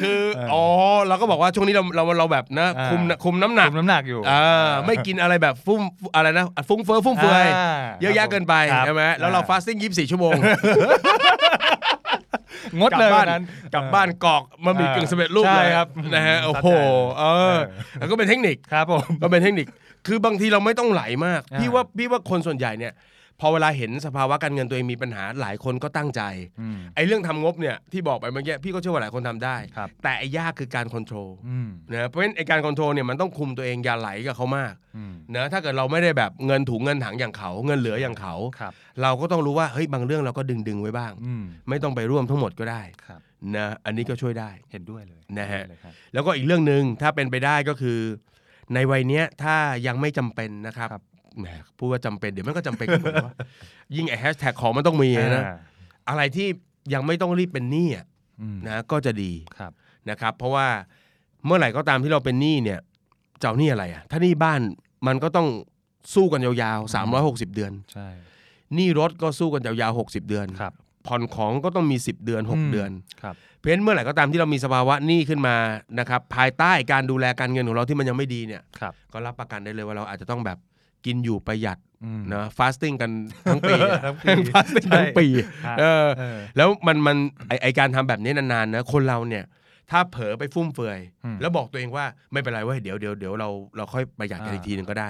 [SPEAKER 2] คืออ๋อเราก็บอกว่าช่วงนี้เราเราเราแบบนะ
[SPEAKER 3] อ่า
[SPEAKER 2] คุมคุมน้ำหนัก
[SPEAKER 3] คุมน้ำหนักอยู่
[SPEAKER 2] อ่าไม่กินอะไรแบบฟุ่มอะไรนะฟุ้งเฟ้อฟุ่มเฟือย
[SPEAKER 3] า
[SPEAKER 2] เยอะแยะเกินไป
[SPEAKER 3] ครับ
[SPEAKER 2] ใช่ไหมแล้วเรา
[SPEAKER 3] อ่
[SPEAKER 2] ฟาสติ้ง24 ชั่วโมง
[SPEAKER 3] งด
[SPEAKER 2] กลั
[SPEAKER 3] เลย
[SPEAKER 2] บบ้า
[SPEAKER 3] วัน นนั้น
[SPEAKER 2] กลับบ้านกรอกมา
[SPEAKER 3] อ่าก
[SPEAKER 2] มีึ่งสำเร็จรูป
[SPEAKER 3] ใช่
[SPEAKER 2] เลย
[SPEAKER 3] ครับ
[SPEAKER 2] นะฮะ
[SPEAKER 3] อืม
[SPEAKER 2] โอ้โห
[SPEAKER 3] เข้าใจ
[SPEAKER 2] เออแล้วก็เป็นเทคนิค
[SPEAKER 3] ครับผม
[SPEAKER 2] ก็เป็นเทคนิค คือบางทีเราไม่ต้องไหลมาก
[SPEAKER 3] อ่า
[SPEAKER 2] พี่ว่าพี่ว่าคนส่วนใหญ่เนี่ย พอเวลาเห็นสภาวะการเงินตัวเองมีปัญหาหลายคนก็ตั้งใจ
[SPEAKER 3] อืม
[SPEAKER 2] ไอ้เรื่องทำงบเนี่ยที่บอกไปเมื่อกี้พี่ก็เชื่อว่าหลายคนทำได้
[SPEAKER 3] ครับ
[SPEAKER 2] แต่ไอ้ยากคือการควบคุม
[SPEAKER 3] อืม
[SPEAKER 2] นะเพราะฉะนั้นไอ้การควบคุมเนี่ยมันต้องคุมตัวเองอย่าไหลกับเขามาก
[SPEAKER 3] อืม
[SPEAKER 2] นะถ้าเกิดเราไม่ได้แบบเงินถุงเงินถังอย่างเขา เงินเหลืออย่างเขา
[SPEAKER 3] ครับ
[SPEAKER 2] เราก็ต้องรู้ว่าเฮ้ยบางเรื่องเราก็ดึงดึงๆไว้บ้าง
[SPEAKER 3] อืม
[SPEAKER 2] ไม่ต้องไปร่วมทั้งหมดก็ได้
[SPEAKER 3] ครับ
[SPEAKER 2] นะอันนี้ก็ช่วยได้
[SPEAKER 3] เห็นด้วยเลย
[SPEAKER 2] นะฮะ
[SPEAKER 3] เห็ด้วยเลยครับ
[SPEAKER 2] แล้วก็อีกเรื่องหนึ่งถ้าเป็นไปได้ก็คือ ในวัยเนี้ยถ้ายังไม่จำเป็นนะครับ
[SPEAKER 3] ครับ
[SPEAKER 2] แหมพูดว่าจำเป็นเดี๋ยวมันก็จำเป็นกันหมด วะยิ่งไอแฮชแท็กของมันต้องมีนะ
[SPEAKER 3] อ่า
[SPEAKER 2] อะไรที่ยังไม่ต้องรีบเป็นหนี้อะ
[SPEAKER 3] อืม
[SPEAKER 2] นะก็จะดี
[SPEAKER 3] ครับ
[SPEAKER 2] นะครับ เพราะว่าเมื่อไหร่ก็ตามที่เราเป็นหนี้เนี่ยเจ้าหนี้อะไรอ่ะถ้าหนี้บ้านมันก็ต้องสู้กันยาวๆ 360 เดือน
[SPEAKER 3] ใช่
[SPEAKER 2] หนี้รถก็สู้กันยาวๆ60 เดือน
[SPEAKER 3] ครับ
[SPEAKER 2] ผ่อนของก็ต้องมี 10 เดือน
[SPEAKER 3] ม
[SPEAKER 2] 6 เดือน
[SPEAKER 3] ครับ
[SPEAKER 2] เพราะฉะนั้นเมื่อไหร่ก็ตามที่เรามีสภาวะหนี้ขึ้นมานะครับภายใต้การดูแลการเงินของเราที่มันยังไม่ดีเนี่ย
[SPEAKER 3] ครับ
[SPEAKER 2] ก็รับประกันได้เลยว่าเราอาจจะต้องแบบกินอยู่ประหยัด
[SPEAKER 3] อืม
[SPEAKER 2] นะ fasting กันทั้งปีอะ
[SPEAKER 3] ทั้งปี
[SPEAKER 2] fasting
[SPEAKER 3] ใช่
[SPEAKER 2] ทั้งปี
[SPEAKER 3] ฮะ
[SPEAKER 2] เออ
[SPEAKER 3] เออ
[SPEAKER 2] แล้วมันมันไอไอการทำแบบนี้นานๆนะคนเราเนี่ยถ้าเผลอไปฟุ่มเฟือย
[SPEAKER 3] อืม
[SPEAKER 2] แล้วบอกตัวเองว่าไม่เป็นไรเว้ยเดี๋ยวเดี๋ยวเดี๋ยวเราเราค่อยประหยัดกัน
[SPEAKER 3] อ่า
[SPEAKER 2] อีกทีหนึ่งก็ได้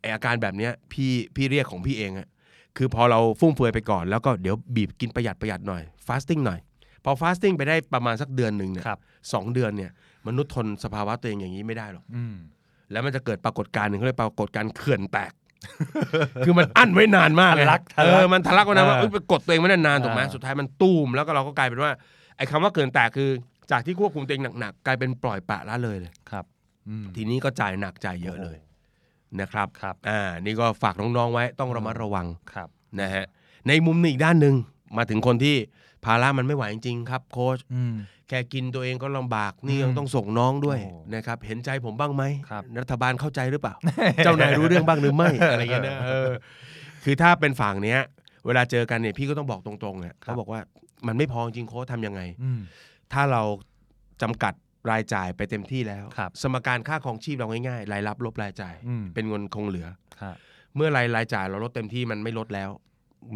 [SPEAKER 2] ไออาการแบบเนี้ยพี่พี่เรียกของพี่เองอะคือพอเราฟุ่มเฟือยไปก่อนแล้วก็เดี๋ยวบีบกินประหยัดประหยัดหน่อยฟาสติ้งหน่อย พอฟาสติ้งไปได้ประมาณสักเดือนหนึ่งเนี่ย
[SPEAKER 3] ครับ
[SPEAKER 2] สองเดือนเนี่ยมนุษย์ทนสภาวะตัวเองอย่างนี้ไม่ได้หรอก
[SPEAKER 3] อืม
[SPEAKER 2] แล้วมันจะเกิดปรากฏการณ์หนึ่งเขาเรียกปรากฏการณ์เขื่อนแตก คือมันอั้นไว้นานมากเลย
[SPEAKER 3] ทะลักทะลัก
[SPEAKER 2] เออ มันทะลักไว้นะว่า
[SPEAKER 3] อ่า
[SPEAKER 2] เอ้ยไปกดตัวเองไว้นานๆถูกไหม
[SPEAKER 3] อ่า
[SPEAKER 2] สุดท้ายมันตูมแล้วก็เราก็กลายเป็นว่าไอ้คำว่าเขื่อนแตกคือ จากที่ควบคุมตัวเองหนักๆกลายเป็นปล่อยปละละเลยเลย
[SPEAKER 3] ครับอืม
[SPEAKER 2] ทีนี้ก็จ่ายหนักจ่ายเยอะเลยนะครับ
[SPEAKER 3] ครับ
[SPEAKER 2] อ่า นี่ก็ฝากน้องๆไว้ต้องระมัดระวัง
[SPEAKER 3] ครับ
[SPEAKER 2] นะฮะ ในมุมหนึงอีกด้านหนึ่งมาถึงคนที่ภาระมันไม่ไหวจริงๆครับโค้ช
[SPEAKER 3] อืม
[SPEAKER 2] แค่กินตัวเองก็ลำบากนี่
[SPEAKER 3] อืม
[SPEAKER 2] ยังต้องส่งน้องด้วย
[SPEAKER 3] โอ้
[SPEAKER 2] นะครับ เห็นใจผมบ้างไหม
[SPEAKER 3] ครับ
[SPEAKER 2] รัฐบาลเข้าใจหรือเปล่า เจ้านายรู้เรื่องบ้างหรือไม่ อะไรเงี้ยนะเออคือถ้าเป็นฝั่งเนี้ย เวลาเจอกันเนี่ยพี่ก็ต้องบอกตรงๆอ่ะเขาบอกว่ามันไม่พอจริงโค้ชทำยังไง
[SPEAKER 3] อืม
[SPEAKER 2] ถ้าเราจำกัดรายจ่ายไปเต็มที่แล้ว
[SPEAKER 3] ครับ
[SPEAKER 2] สมการค่าของชีพเราง่ายๆรายรับลบรายจ่าย
[SPEAKER 3] อืม
[SPEAKER 2] เป็นเงินคงเหลือ
[SPEAKER 3] ครับ
[SPEAKER 2] เมื่อรายรายจ่ายเราลดเต็มที่มันไม่ลดแล้ว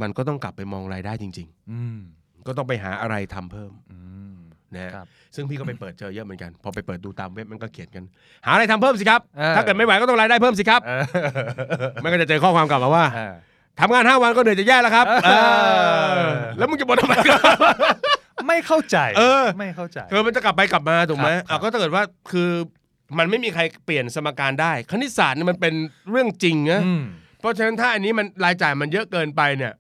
[SPEAKER 2] มันก็ต้องกลับไปมองรายได้จริง
[SPEAKER 3] อืม
[SPEAKER 2] ๆ ก็ต้องไปหาอะไรทำเพิ่ม
[SPEAKER 3] อืม
[SPEAKER 2] นะฮะ
[SPEAKER 3] ครับ
[SPEAKER 2] ซึ่งพี่ก็ไปเปิดเจอเยอะเหมือนกัน พอไปเปิดดูตามเว็บมันก็เขียนกัน หาอะไรทำเพิ่มสิครับ
[SPEAKER 3] เออ
[SPEAKER 2] ถ้าเกิดไม่ไหวก็ต้องรายได้เพิ่มสิครับ
[SPEAKER 3] เออ
[SPEAKER 2] มันก็จะเจอข้อความกลับมาว่า
[SPEAKER 3] เออ
[SPEAKER 2] ทำงาน 5 วันก็เหนื่อยจะแย่แล้วครับ
[SPEAKER 3] เออ
[SPEAKER 2] เออแล้วมึงจะบ่นทำไมครับ
[SPEAKER 3] ไม่เข้าใจ
[SPEAKER 2] เออ
[SPEAKER 3] ไม่เข้าใจ
[SPEAKER 2] เออมันจะกลับไปกลับมาถูกไหม
[SPEAKER 3] ครับครับ
[SPEAKER 2] อ่ะก็ถ้าเกิดว่าคือมันไม่มีใครเปลี่ยนสมการได้ คณิตศาสตร์เนี่ยมันเป็นเรื่องจริงนะ
[SPEAKER 3] ม
[SPEAKER 2] เพราะฉะนั้นถ้าอันนี้มันรายจ่ายมันเยอะเกินไปเนี่ย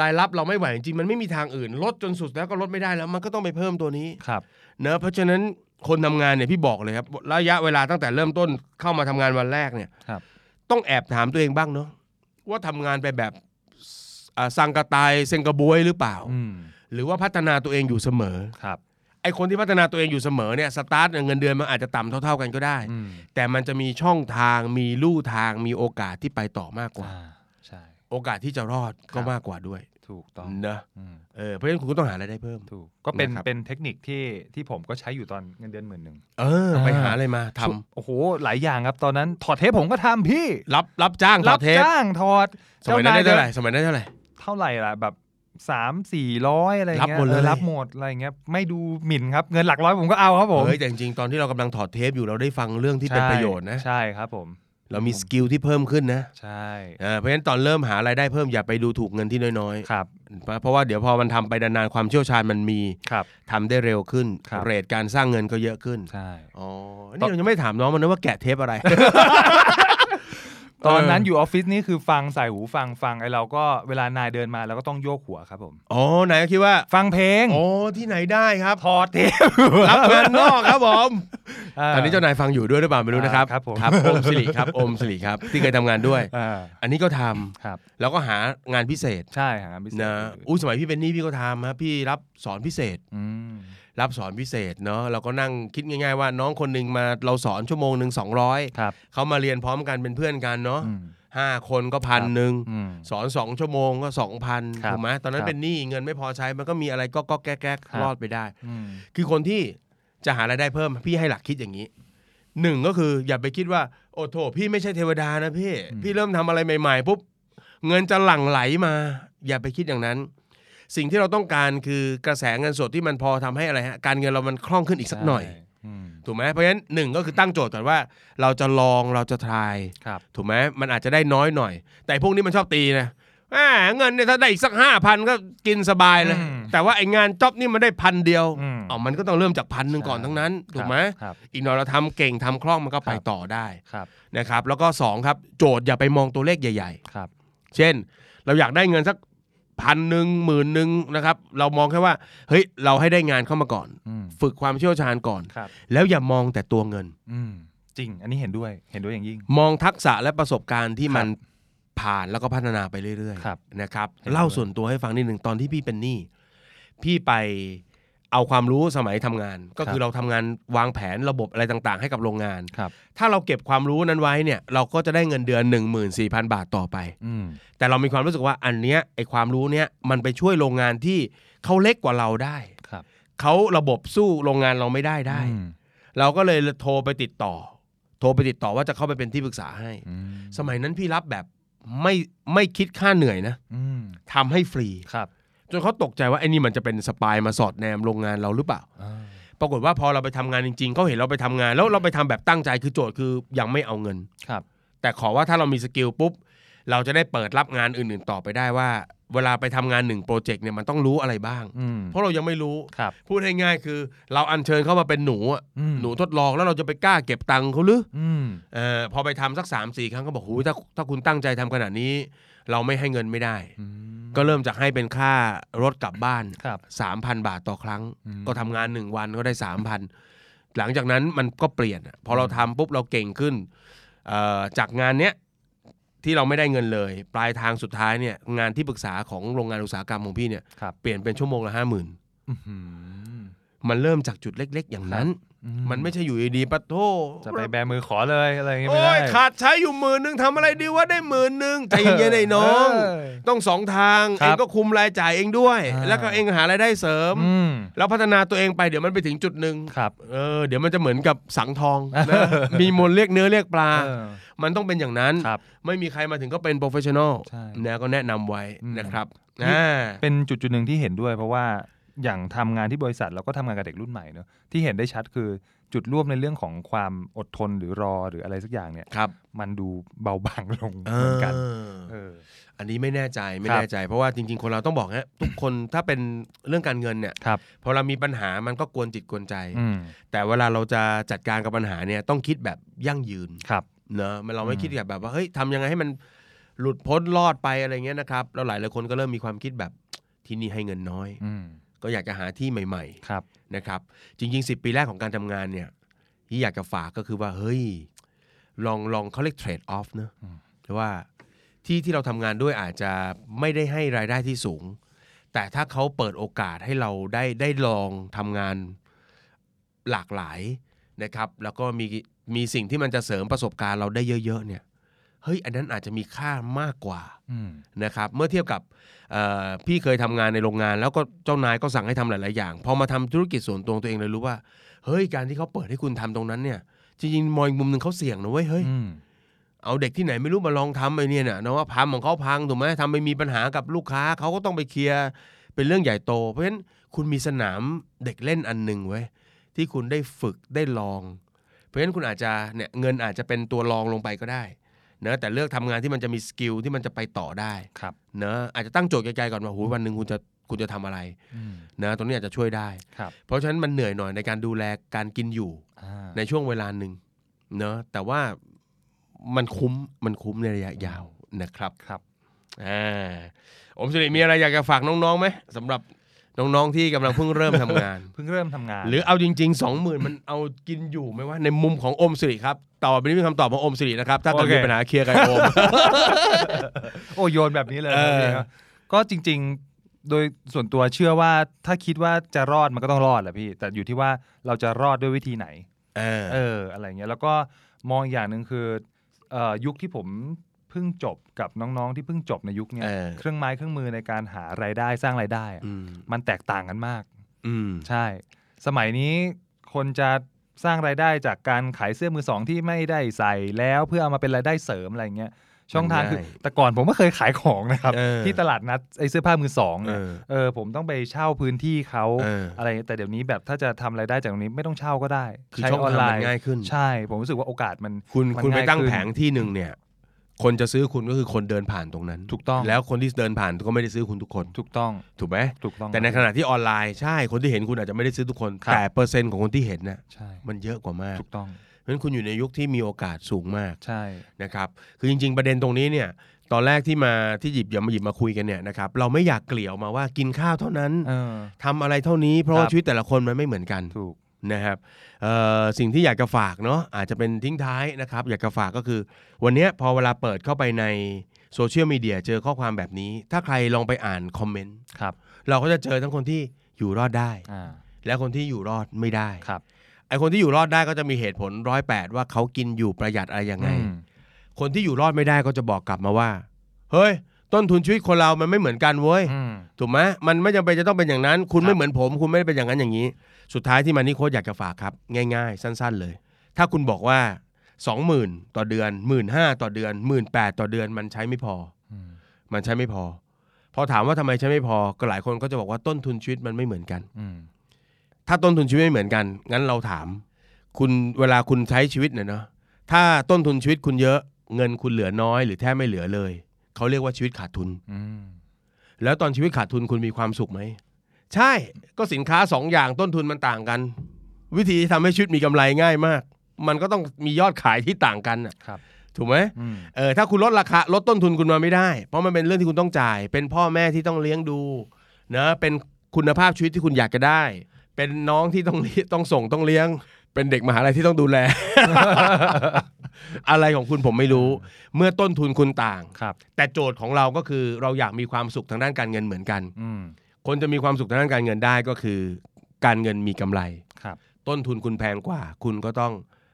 [SPEAKER 2] รายรับเราไม่ไหวจริงๆมันไม่มีทางอื่นลดจนสุดแล้วก็ลดไม่ได้แล้วมันก็ต้องไปเพิ่มตัวนี้
[SPEAKER 3] ครับ
[SPEAKER 2] เนอะเพราะฉะนั้นคนทำงานเนี่ยพี่บอกเลยครับระยะเวลาตั้งแต่เริ่มต้นเข้ามาทำงานวันแรกเนี่ย
[SPEAKER 3] ครับ
[SPEAKER 2] ต้องแอบถามตัวเองบ้างเนาะว่าทำงานไปแบบสอ่าสังกะตายเซงกะบวยหรือเปล่า
[SPEAKER 3] อืม
[SPEAKER 2] หรือว่าพัฒนาตัวเองอยู่เสมอ
[SPEAKER 3] ครับ
[SPEAKER 2] ไอคนที่พัฒนาตัวเองอยู่เสมอเนี่ยสตาร์ทเงินเดือนมันอาจจะต่ำเท่า ๆกันก็ได้
[SPEAKER 3] อืม
[SPEAKER 2] แต่มันจะมีช่องทางมีลู่ทางมีโอกาสที่ไปต่อมากกว่า
[SPEAKER 3] อ่าใช่
[SPEAKER 2] โอกาสที่จะรอดก็
[SPEAKER 3] ครับ
[SPEAKER 2] มากกว่าด้วย
[SPEAKER 3] ถูกต้อง
[SPEAKER 2] เนอะ
[SPEAKER 3] อืม
[SPEAKER 2] เออเพราะฉะนั้นคุณก็ต้องหารายได้เพิ่ม
[SPEAKER 3] ถูก ก็เป็น
[SPEAKER 2] นะครับ
[SPEAKER 3] เป็นเทคนิคที่ ที่ผมก็ใช้อยู่ตอนเงินเดือนหมื่นหนึ่ง
[SPEAKER 2] เออ ไปหาอะไรมาทำ
[SPEAKER 3] โอ้โห หลายอย่างครับ ตอนนั้น ถอดเทปผมก็ทำพี่
[SPEAKER 2] รับรับจ้างต่
[SPEAKER 3] รั
[SPEAKER 2] อบ เทป
[SPEAKER 3] จ้างถอด
[SPEAKER 2] สมัยนั้นได้
[SPEAKER 3] จ้
[SPEAKER 2] เท่าน ไหร่สมัยนั้นเท่าไหร่
[SPEAKER 3] เท่าไหร่ล่ะ แบบสามสี่ร้อยอะไรเงี้
[SPEAKER 2] รับ
[SPEAKER 3] ย
[SPEAKER 2] หมดเลย
[SPEAKER 3] ออรับหมดอะไรเงี้ย ไม่ดูหมิ่นครับ เงินหลักร้อยผมก็เอาครับผม
[SPEAKER 2] เฮ้ยแต่จริงๆตอนที่เรากำลังถอดเทปอยู่เราได้ฟังเรื่องที่เป็น
[SPEAKER 3] ใช่
[SPEAKER 2] ประโยชน์นะ
[SPEAKER 3] ใช่ครับผม
[SPEAKER 2] เรามีสกิลที่เพิ่มขึ้นนะ
[SPEAKER 3] ใช่
[SPEAKER 2] เออเพราะฉะนั้นตอนเริ่มหารายได้เพิ่มอย่าไปดูถูกเงินที่น้อย
[SPEAKER 3] ครับ
[SPEAKER 2] ๆเพราะเพราะว่าเดี๋ยวพอมันทำไปนานๆความเชี่ยวชาญมันมี
[SPEAKER 3] ครับ
[SPEAKER 2] ทำได้เร็วขึ้น
[SPEAKER 3] ครับ
[SPEAKER 2] เรทการสร้างเงินก็เยอะขึ้น
[SPEAKER 3] ใช่
[SPEAKER 2] อ๋อนี่เรายังไม่ถามน้องมันนะว่าแกะเทปอะไร
[SPEAKER 3] ตอนนั้
[SPEAKER 2] เออ
[SPEAKER 3] นอ
[SPEAKER 2] อ
[SPEAKER 3] ยู่ออฟฟิศนี่คือฟังใส่หูฟังฟังไอเราก็เวลานายเดินมาเราก็ต้องโยกหัวครับผม
[SPEAKER 2] อ๋อไหนก็คิดว่า
[SPEAKER 3] ฟังเพลง
[SPEAKER 2] อ๋อที่ไหนได้ครับ
[SPEAKER 3] ถอดเทป
[SPEAKER 2] รับงานนอกครับผม
[SPEAKER 3] อ่
[SPEAKER 2] ตอนนี้เจ้านายฟังอยู่ด้วยหรือเปล่าไม่รู้นะครับ
[SPEAKER 3] ครับผม
[SPEAKER 2] ครับอมสิริครับอมสิริครับที่เคยทำงานด้วย
[SPEAKER 3] อ่า
[SPEAKER 2] อันนี้ก็ทำ
[SPEAKER 3] ครับ
[SPEAKER 2] แล้วก็หางานพิเศษ
[SPEAKER 3] ใช่หางานพิเศษ
[SPEAKER 2] นะอู้สมัยพี่เป็นนี่พี่ก็ทำฮะพี่รับสอนพิเศษ
[SPEAKER 3] อืม
[SPEAKER 2] รับสอนพิเศษเนาะเราก็นั่งคิดง่ายๆว่าน้องคนหนึ่งมาเราสอนชั่วโมงหนึ่งสองร้อย
[SPEAKER 3] ครับ
[SPEAKER 2] เขามาเรียนพร้อมกันเป็นเพื่อนกันเนาะ
[SPEAKER 3] อืม
[SPEAKER 2] ห้าคนก็พันหนึ่ง
[SPEAKER 3] อืม
[SPEAKER 2] สอนสองชั่วโมงก็สองพัน
[SPEAKER 3] ครับ
[SPEAKER 2] ถูกไหมตอนนั้น
[SPEAKER 3] ครับ
[SPEAKER 2] เป็นหนี้เงินไม่พอใช้มันก็มีอะไรก็ก็แก๊กแก๊ก
[SPEAKER 3] ครับ
[SPEAKER 2] รอดไปได้
[SPEAKER 3] อืม
[SPEAKER 2] คือคนที่จะหารายได้เพิ่มพี่ให้หลักคิดอย่างนี้หนึ่งก็คืออย่าไปคิดว่าโอ้โถพี่ไม่ใช่เทวดานะพี่
[SPEAKER 3] อืม
[SPEAKER 2] พี่เริ่มทำอะไรใหม่ ๆปุ๊บเงินจะหลั่งไหลมา อย่าไปคิดอย่างนั้น สิ่งที่เราต้องการคือกระแสเงินสดที่มันพอทำให้อะไรฮะการเงินเรามันคล่องขึ้นอีกสักหน่อย
[SPEAKER 3] ใช่อืม
[SPEAKER 2] ถูกไหมเพราะฉะนั้นหนึ่งก็คือตั้งโจทย์ก่อนว่า เราจะลองเราจะทาย
[SPEAKER 3] ครับ
[SPEAKER 2] ถูกไหมมันอาจจะได้น้อยหน่อย แต่พวกนี้มันชอบตีนะแหมเงินเนี่ยถ้าได้อีกสักห้าพันก็กินสบายเลย
[SPEAKER 3] อืม
[SPEAKER 2] แต่ว่าไอ้งานจ็อบนี่มันได้พันเดียว
[SPEAKER 3] อืม
[SPEAKER 2] เอ๋อมันก็ต้องเริ่มจากพันหนึ่งก่อนทั้งนั้นถูกไหม
[SPEAKER 3] ครับ
[SPEAKER 2] อีกหน่อยเราทำเก่งทำคล่องมันก็ไป
[SPEAKER 3] ครับ
[SPEAKER 2] ต่อได้
[SPEAKER 3] ครับ
[SPEAKER 2] นะครับ แล้วก็สองครับโจทย์อย่าไปมองตัวเลขใหญ่
[SPEAKER 3] ครับ
[SPEAKER 2] ๆ เช่น เราอยากได้เงินสักพันหนึ่งหมื่นหนึ่งนะครับ เรามองแค่ว่าเฮ้ยเราให้ได้งานเข้ามาก่อน
[SPEAKER 3] อืม
[SPEAKER 2] ฝึกความเชี่ยวชาญก่อน
[SPEAKER 3] ครับ
[SPEAKER 2] แล้วอย่ามองแต่ตัวเงิน
[SPEAKER 3] อืมจริง อันนี้เห็นด้วยเห็นด้วยอย่างยิ่ง
[SPEAKER 2] มองทักษะและประสบการณ์ที่
[SPEAKER 3] ครับ
[SPEAKER 2] มันผ่านแล้วก็พัฒนาไปเรื่อย
[SPEAKER 3] ครับ
[SPEAKER 2] ๆนะครับ
[SPEAKER 3] เห็นด้วย
[SPEAKER 2] เล่าส่วนตัวให้ฟังนิดหนึ่งตอนที่พี่เป็นหนี้พี่ไป เอาความรู้สมัยทำงาน ก็
[SPEAKER 3] ครับ
[SPEAKER 2] คือเราทำงานวางแผนระบบอะไรต่างๆ ให้กับโรงงาน
[SPEAKER 3] ครับ
[SPEAKER 2] ถ้าเราเก็บความรู้นั้นไว้เนี่ยเราก็จะได้เงินเดือน 14,000 บาทต่อไป
[SPEAKER 3] อืม
[SPEAKER 2] แต่เรามีความรู้สึกว่าอันเนี้ยไอความรู้เนี้ยมันไปช่วยโรงงานที่เขาเล็กกว่าเราได้
[SPEAKER 3] ครับ
[SPEAKER 2] เขาระบบสู้โรงงานเราไม่ได้ได้
[SPEAKER 3] อืม
[SPEAKER 2] เราก็เลยโทรไปติดต่อ โทรไปติดต่อว่าจะเข้าไปเป็นที่ปรึกษาให้
[SPEAKER 3] อืม
[SPEAKER 2] สมัยนั้นพี่รับแบบไม่ไม่คิดค่าเหนื่อยนะ
[SPEAKER 3] อืม
[SPEAKER 2] ทำให้ฟรี
[SPEAKER 3] ครับ
[SPEAKER 2] จนเขาตกใจว่าไอ้นี่มันจะเป็นสปายมาสอดแนมโรงงานเราหรือเปล่า
[SPEAKER 3] อ่า
[SPEAKER 2] ปรากฏว่าพอเราไปทำงานจริงๆเขาเห็นเราไปทำงาน แล้วเราไปทำแบบตั้งใจคือโจทย์คือยังไม่เอาเงิน
[SPEAKER 3] ครับ
[SPEAKER 2] แต่ขอว่าถ้าเรามีสกิลปุ๊บ เราจะได้เปิดรับงานอื่นๆต่อไปได้ว่า เวลาไปทำงานหนึ่งโปรเจกต์เนี่ยมันต้องรู้อะไรบ้าง
[SPEAKER 3] อืม
[SPEAKER 2] เพราะเรายังไม่รู้
[SPEAKER 3] ครับ
[SPEAKER 2] พูดง่ายๆคือ เราอัญเชิญเข้ามาเป็นหนูอะ
[SPEAKER 3] อืม
[SPEAKER 2] หนูทดลองแล้วเราจะไปกล้าเก็บตังค์เขาหรือ
[SPEAKER 3] อืม
[SPEAKER 2] เออพอไปทำสัก3ามสี่ครั้งก็บอกหูยถ้าถ้าคุณตั้งใจทำขนาดนี้ เราไม่ให้เงินไม่ได้
[SPEAKER 3] อืม
[SPEAKER 2] ก็เริ่มจากให้เป็นค่ารถกลับบ้าน
[SPEAKER 3] ครับ
[SPEAKER 2] 3,000 บาทต่อครั้ง
[SPEAKER 3] อืม
[SPEAKER 2] ก็ทำงาน 1 วันก็ได้ 3,000 หลังจากนั้นมันก็เปลี่ยนอะพอเราทำปุ๊บเราเก่งขึ้นเอ่อจากงานเนี้ยที่เราไม่ได้เงินเลย ปลายทางสุดท้ายเนี่ยงานที่ปรึกษาของโรงงานอุตสาหกรรมของพี่เนี่ย
[SPEAKER 3] ครับ
[SPEAKER 2] เปลี่ยนเป็นชั่วโมงละห้าหมื่น
[SPEAKER 3] อื้อหือ
[SPEAKER 2] มันเริ่มจากจุดเล็ก ๆ อย่างนั้น
[SPEAKER 3] อื
[SPEAKER 2] มันไม่ใช่อยู่ดีๆปะโท
[SPEAKER 3] จะไปแบมือขอเลยอะไรอย่างเงี้ยไม่
[SPEAKER 2] โอ้ย
[SPEAKER 3] ได้
[SPEAKER 2] ขาดใช้อยู่หมื่นหนึ่งทำอะไรดีว่าได้หมื่นหนึ่งใจเย็นๆไอ้น้อง
[SPEAKER 3] เ
[SPEAKER 2] ต้องสองทาง
[SPEAKER 3] ครั
[SPEAKER 2] เอง
[SPEAKER 3] บ
[SPEAKER 2] ก็คุมรายจ่ายเองด้วย
[SPEAKER 3] อ่า
[SPEAKER 2] แล้วก็เองหารายได้เสริม
[SPEAKER 3] อืม
[SPEAKER 2] แล้วพัฒนาตัวเองไปเดี๋ยวมันไปถึงจุดหนึ่ง
[SPEAKER 3] ครับ
[SPEAKER 2] เออเดี๋ยวมันจะเหมือนกับสังทองนะ มีมนต์เรียกเนื้อเรียกปลา
[SPEAKER 3] เออ
[SPEAKER 2] มันต้องเป็นอย่างนั้น
[SPEAKER 3] ครับ
[SPEAKER 2] ไม่มีใครมาถึงก็เป็นโปรเฟชชั่นอล
[SPEAKER 3] ใช่
[SPEAKER 2] นะก็แนะนำไว้
[SPEAKER 3] อืม
[SPEAKER 2] นะครับอ่า
[SPEAKER 3] เป็นจุดจุดหนึ่งที่เห็นด้วย เพราะว่าอย่างทำงานที่บริษัทเราก็ทำงานกับเด็กรุ่นใหม่เนอะที่เห็นได้ชัดคือจุดร่วมในเรื่องของความอดทนหรือรอหรืออะไรสักอย่างเนี่ย
[SPEAKER 2] ครับ
[SPEAKER 3] มันดูเบาบางลงเหมือนกัน
[SPEAKER 2] เอ
[SPEAKER 3] เอ
[SPEAKER 2] อ
[SPEAKER 3] อ
[SPEAKER 2] อันนี้ไม่แน่ใจไม่
[SPEAKER 3] ครับ
[SPEAKER 2] แน่ใจ เพราะว่าจริง ๆ คนเราต้องบอกฮะ ทุกคนถ้าเป็นเรื่องการเงินเนี่ย
[SPEAKER 3] ครับ
[SPEAKER 2] พอเรามีปัญหามันก็กวนจิตกวนใจ
[SPEAKER 3] อืม
[SPEAKER 2] แต่เวลาเราจะจัดการกับปัญหาเนี่ยต้องคิดแบบยั่งยืน
[SPEAKER 3] ครับ
[SPEAKER 2] เนอะมันเรา
[SPEAKER 3] อื
[SPEAKER 2] ไม่
[SPEAKER 3] ม
[SPEAKER 2] คิดแบบว่าเฮ้ยทำยังไงให้มันหลุดพ้นรอดไปอะไรเงี้ยนะครับแล้วหลายหลายคนก็เริ่มมีความคิดแบบที่นี่ให้เงินน้อย
[SPEAKER 3] ืม
[SPEAKER 2] ก็อยากจะหาที่ใหม่
[SPEAKER 3] ครับ
[SPEAKER 2] ๆนะครับ จริง ๆ 10 ปีแรกของการทำงานเนี่ยที่อยากจะฝากก็คือว่าเฮ้ยลองลองเขาเรียกเทรดออฟเนอะ
[SPEAKER 3] อืม
[SPEAKER 2] หรือว่าที่ที่เราทำงานด้วยอาจจะไม่ได้ให้รายได้ที่สูง แต่ถ้าเขาเปิดโอกาสให้เราได้ได้ลองทำงานหลากหลายนะครับ แล้วก็มีมีสิ่งที่มันจะเสริมประสบการณ์เราได้เยอะๆเนี่ยเฮ้ยอันนั้นอาจจะมีค่ามากกว่า
[SPEAKER 3] อืม
[SPEAKER 2] นะครับเมื่อเทียบกับเอ่อพี่เคยทำงานในโรงงาน แล้วก็เจ้านายก็สั่งให้ทำหลาย ๆ อย่างพอมาทำธุรกิจส่วนตัวของตัวเองเลยรู้ว่าเฮ้ยการที่เขาเปิดให้คุณทำตรงนั้นเนี่ยจริงๆมองอีกมุมหนึ่งเขาเสี่ยงนะเว้ยเฮ้ย
[SPEAKER 3] อืม
[SPEAKER 2] เอาเด็กที่ไหนไม่รู้มาลองทำไอ้เนี่ยนะเนาะว่าพัมของเขาพังถูกไหมทำไปมีปัญหากับลูกค้าเขาก็ต้องไปเคลียร์เป็นเรื่องใหญ่โต เพราะฉะนั้นคุณมีสนามเด็กเล่นอันหนึ่งเว้ยที่คุณได้ฝึกได้ลอง เพราะฉะนั้นคุณอาจจะเนี่ยเงินอาจจะเป็นตัวรองลงไปก็ได้นะแต่เลือกทำงานที่มันจะมีสกิลที่มันจะไปต่อได้
[SPEAKER 3] ครับ
[SPEAKER 2] เนอะอาจจะตั้งโจทย์ไกลๆก่อนว่าหูยวันหนึ่งคุณจะคุณจะทำอะไร
[SPEAKER 3] อืม
[SPEAKER 2] นะตรงนี้อาจจะช่วยได้
[SPEAKER 3] ครับ
[SPEAKER 2] เพราะฉะนั้นมันเหนื่อยหน่อยในการดูแลการกินอยู่
[SPEAKER 3] อ่า
[SPEAKER 2] ในช่วงเวลาหนึ่งเนอะแต่ว่ามันคุ้มมันคุ้มในระยะยาวนะครับ
[SPEAKER 3] ครับ
[SPEAKER 2] อ่าอมสิริมีอะไรอยากจะฝากน้องๆไหมสำหรับน้องๆที่กำลังเพิ่งเริ่มทำงาน
[SPEAKER 3] เพิ่งเริ่มทำงาน
[SPEAKER 2] หรือเอาจริง ๆ 2 0,000 มันเอากินอยู่ไหมว่าในมุมของอมสิริครับต่อไปนี้เป็นคำตอบของอมสิรินะครับถ้าเกิด
[SPEAKER 3] โอเค
[SPEAKER 2] มีปัญหาเคลียร์กับอม
[SPEAKER 3] โอ้โยนแบบนี้เลย
[SPEAKER 2] เออ
[SPEAKER 3] แบบนี้ครับก็จริงๆ โดยส่วนตัวเชื่อว่าถ้าคิดว่าจะรอดมันก็ต้องรอดแหละพี่ แต่อยู่ที่ว่าเราจะรอดด้วยวิธีไหน
[SPEAKER 2] เออ
[SPEAKER 3] เอออะไรเงี้ยแล้วก็มองอย่างหนึ่งคือเอ่อยุคที่ผมเพิ่งจบกับน้องๆที่เพิ่งจบในยุคเนี้ย
[SPEAKER 2] เออ
[SPEAKER 3] เครื่องไม้เครื่องมือในการหารายได้สร้างรายได้อะ
[SPEAKER 2] อืม
[SPEAKER 3] มันแตกต่างกันมาก
[SPEAKER 2] อืม
[SPEAKER 3] ใช่ สมัยนี้คนจะสร้างรายได้จากการขายเสื้อมือสองที่ไม่ได้ใส่แล้วเพื่อเอามาเป็นรายได้เสริมอะไรเงี้ยช่องทางคือแต่ก่อนผมก็เคยขายของนะครับ
[SPEAKER 2] เออ
[SPEAKER 3] ที่ตลาดนัดไอเสื้อผ้ามือสอง
[SPEAKER 2] เอ
[SPEAKER 3] เนี่ย
[SPEAKER 2] อ
[SPEAKER 3] เออผมต้องไปเช่าพื้นที่เขา
[SPEAKER 2] เออ
[SPEAKER 3] อะไรเงี้ยแต่เดี๋ยวนี้แบบถ้าจะทำรายได้จากตรงนี้ไม่ต้องเช่าก็ได้
[SPEAKER 2] คือ
[SPEAKER 3] ใช้
[SPEAKER 2] ช่อง
[SPEAKER 3] ออน
[SPEAKER 2] ทาง
[SPEAKER 3] ไล
[SPEAKER 2] มัน
[SPEAKER 3] น์
[SPEAKER 2] ง่ายขึ้น
[SPEAKER 3] ใช่ ผมรู้สึกว่าโอกาสมัน
[SPEAKER 2] คุณ
[SPEAKER 3] มัน
[SPEAKER 2] คุณไป
[SPEAKER 3] ง่าย
[SPEAKER 2] ตั้ง
[SPEAKER 3] ขึ้น
[SPEAKER 2] แผงที่หนึ่งเนี่ย คนจะซื้อคุณก็คือคนเดินผ่านตรงนั้น
[SPEAKER 3] ถูกต้อง
[SPEAKER 2] แล้วคนที่เดินผ่านก็ไม่ได้ซื้อคุณทุกคน
[SPEAKER 3] ถูกต้อง
[SPEAKER 2] ถูกไหม
[SPEAKER 3] ถูกต้อง
[SPEAKER 2] แต่ในขณะที่ออนไลน์ใช่คนที่เห็นคุณอาจจะไม่ได้ซื้อทุกคน แต่เปอร์เซ็นต์ของคนที่เห็นน่ะ
[SPEAKER 3] ใช่
[SPEAKER 2] มันเยอะกว่ามาก
[SPEAKER 3] ถูกต้อง
[SPEAKER 2] เพราะฉะนั้นคุณอยู่ในยุคที่มีโอกาสสูงมาก
[SPEAKER 3] ใช่
[SPEAKER 2] นะครับ คือจริง ๆ ประเด็นตรงนี้เนี่ย ตอนแรกที่มาที่หยิบหยิบมาหยิบมาคุยกันเนี่ยนะครับเราไม่อยากเกลี่ยวมาว่ากินข้าวเท่านั้น
[SPEAKER 3] เออ
[SPEAKER 2] ทำอะไรเท่านี้เพราะว่า
[SPEAKER 3] ครับ
[SPEAKER 2] ชีวิตแต่ละคนมันไม่เหมือนกัน
[SPEAKER 3] ถูก
[SPEAKER 2] นะครับเอ่อสิ่งที่อยากจะฝากเนาะอาจจะเป็นทิ้งท้ายนะครับ อยากจะฝากก็คือ วันเนี้ยพอเวลาเปิดเข้าไปในโซเชียลมีเดียเจอข้อความแบบนี้ ถ้าใครลองไปอ่านคอมเมนต์
[SPEAKER 3] ครับ
[SPEAKER 2] เราก็จะเจอทั้งคนที่อยู่รอดได้
[SPEAKER 3] อ่า
[SPEAKER 2] และคนที่อยู่รอดไม่ได้
[SPEAKER 3] ครับ
[SPEAKER 2] ไอคนที่อยู่รอดได้ก็จะมีเหตุผลร้อยแปดว่าเขากินอยู่ประหยัดอะไรยังไง
[SPEAKER 3] อืม
[SPEAKER 2] คนที่อยู่รอดไม่ได้ก็จะบอกกลับมาว่า เฮ้ย ต้นทุนชีวิตคนเรามันไม่เหมือนกันเว้ย
[SPEAKER 3] อืม
[SPEAKER 2] ถูกไหมมันไม่จำเป็นจะต้องเป็นอย่างนั้น คุณ
[SPEAKER 3] ครับ
[SPEAKER 2] ไม่เหมือนผม คุณไม่ได้เป็นอย่างนั้นอย่างนี้ สุดท้ายที่มานิโคสอยากจะฝากครับ ง่ายๆ สั้นๆเลย ถ้าคุณบอกว่า 20,000 ต่อเดือน 1 5ื่นต่อเดือน 1 8ื่นต่อเดือนมันใช้ไม่พอ
[SPEAKER 3] อืม
[SPEAKER 2] มันใช้ไม่พอ พอถามว่าทำไมใช้ไม่พอ ก็หลายคนก็จะบอกว่าต้นทุนชีวิตมันไม่เหมือนกัน
[SPEAKER 3] อืม
[SPEAKER 2] ถ้าต้นทุนชีวิตไม่เหมือนกัน งั้นเราถาม คุณเวลาคุณใช้ชีวิตเนี่ยเนาะถ้าต้นทุนชีวิตคุณเยอะ เงินคุณเหลือน้อย หรือแทบไม่เหลือเลยเขาเรียกว่าชีวิตขาดทุน
[SPEAKER 3] อืม
[SPEAKER 2] แล้วตอนชีวิตขาดทุนคุณมีความสุขไหม ใช่ก็สินค้าสองอย่างต้นทุนมันต่างกัน วิธีที่ทำให้ชีวิตมีกำไรง่ายมาก มันก็ต้องมียอดขายที่ต่างกันน่ะ
[SPEAKER 3] ครับ
[SPEAKER 2] ถูกไหม
[SPEAKER 3] อืม
[SPEAKER 2] เออถ้าคุณลดราคาลดต้นทุนคุณมาไม่ได้ เพราะมันเป็นเรื่องที่คุณต้องจ่าย เป็นพ่อแม่ที่ต้องเลี้ยงดูนะเป็นคุณภาพชีวิตที่คุณอยากจะได้ เป็นน้องที่ต้องเลี้ยต้องส่งต้องเลี้ยง เป็นเด็กมหาลัยที่ต้องดูแล อะไรของคุณผมไม่รู้ เมื่อต้นทุนคุณต่าง
[SPEAKER 3] ครับ
[SPEAKER 2] แต่โจทย์ของเราก็คือเราอยากมีความสุขทางด้านการเงินเหมือนกัน
[SPEAKER 3] อืม
[SPEAKER 2] คนจะมีความสุขทางด้านการเงินได้ก็คือ การเงินมีกำไร
[SPEAKER 3] ครับ
[SPEAKER 2] ต้นทุนคุณแพงกว่า คุณก็ต้อง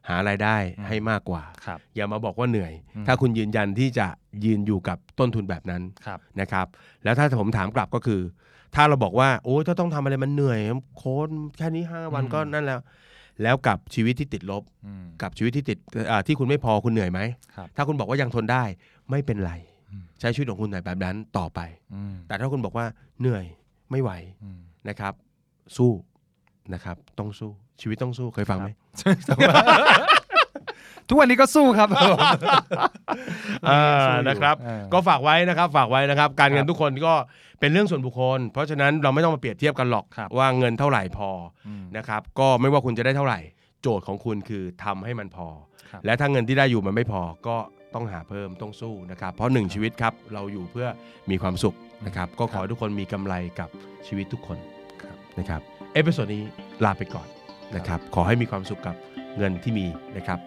[SPEAKER 2] หารายได้ให้มากกว่า
[SPEAKER 3] ครับ
[SPEAKER 2] อย่ามาบอกว่าเหนื่อย
[SPEAKER 3] อืม
[SPEAKER 2] ถ้าคุณยืนยันที่จะยืนอยู่กับต้นทุนแบบนั้น
[SPEAKER 3] ครับ
[SPEAKER 2] นะครับ แล้วถ้าผมถามกลับก็คือ ถ้าเราบอกว่าโอ้ยถ้าต้องทำอะไรมันเหนื่อย โค้ดแค่นี้ 5 วันก็นั่นแล้ว แล้วกับชีวิตที่ติดลบ
[SPEAKER 3] อืม
[SPEAKER 2] กับชีวิตที่ติดอ่าที่คุณไม่พอคุณเหนื่อยไหม
[SPEAKER 3] ครับ
[SPEAKER 2] ถ้าคุณบอกว่ายังทนได้ไม่เป็นไร ใช้ชีวิตของคุณในแบบนั้นต่อไป
[SPEAKER 3] อืม
[SPEAKER 2] แต่ถ้าคุณบอกว่าเหนื่อยไม่ไหว
[SPEAKER 3] อืม
[SPEAKER 2] นะครับสู้นะครับ ต้องสู้ชีวิตต้องสู้เคยฟังไหม
[SPEAKER 3] ทุกวันนี้ก็สู้ครับ
[SPEAKER 2] อ่านะครับ
[SPEAKER 3] เออ
[SPEAKER 2] ก็ฝากไว้นะครับ ฝากไว้นะครับ การเงิ
[SPEAKER 3] คน รับ
[SPEAKER 2] ทุกคนก็เป็นเรื่องส่วนบุคคล เพราะฉะนั้นเราไม่ต้องมาเปรียบเทียบกันหรอก
[SPEAKER 3] ครับ
[SPEAKER 2] ว่าเงินเท่าไหร่พอ
[SPEAKER 3] อืม
[SPEAKER 2] นะครับ ก็ไม่ว่าคุณจะได้เท่าไหร่ โจทย์ของคุณคือทำให้มันพอ
[SPEAKER 3] ครับ
[SPEAKER 2] และถ้าเงินที่ได้อยู่มันไม่พอก็ต้องหาเพิ่มต้องสู้นะครับ เพราะหนึ่งชีวิตครับ เราอยู่เพื่อมีความสุขนะครับ ก็ขอให้ทุกคนมีกำไรกับชีวิตทุกคน
[SPEAKER 3] ครับ
[SPEAKER 2] นะครับ เอพิโซดนี้ลาไปก่อนนะครับ ขอให้มีความสุขกับเงินที่มีนะครับ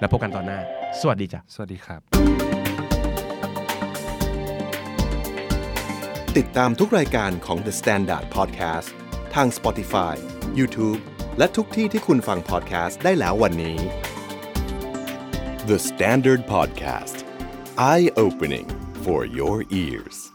[SPEAKER 2] แล้วพบกันตอนหน้า สวัสดีจ้ะ
[SPEAKER 3] สวัสดีครับ
[SPEAKER 1] ติดตามทุกรายการของ The Standard Podcast ทาง Spotify, YouTube และทุกที่ที่คุณฟัง podcast ได้แล้ววันนี้ The Standard Podcast Eye Opening for Your Ears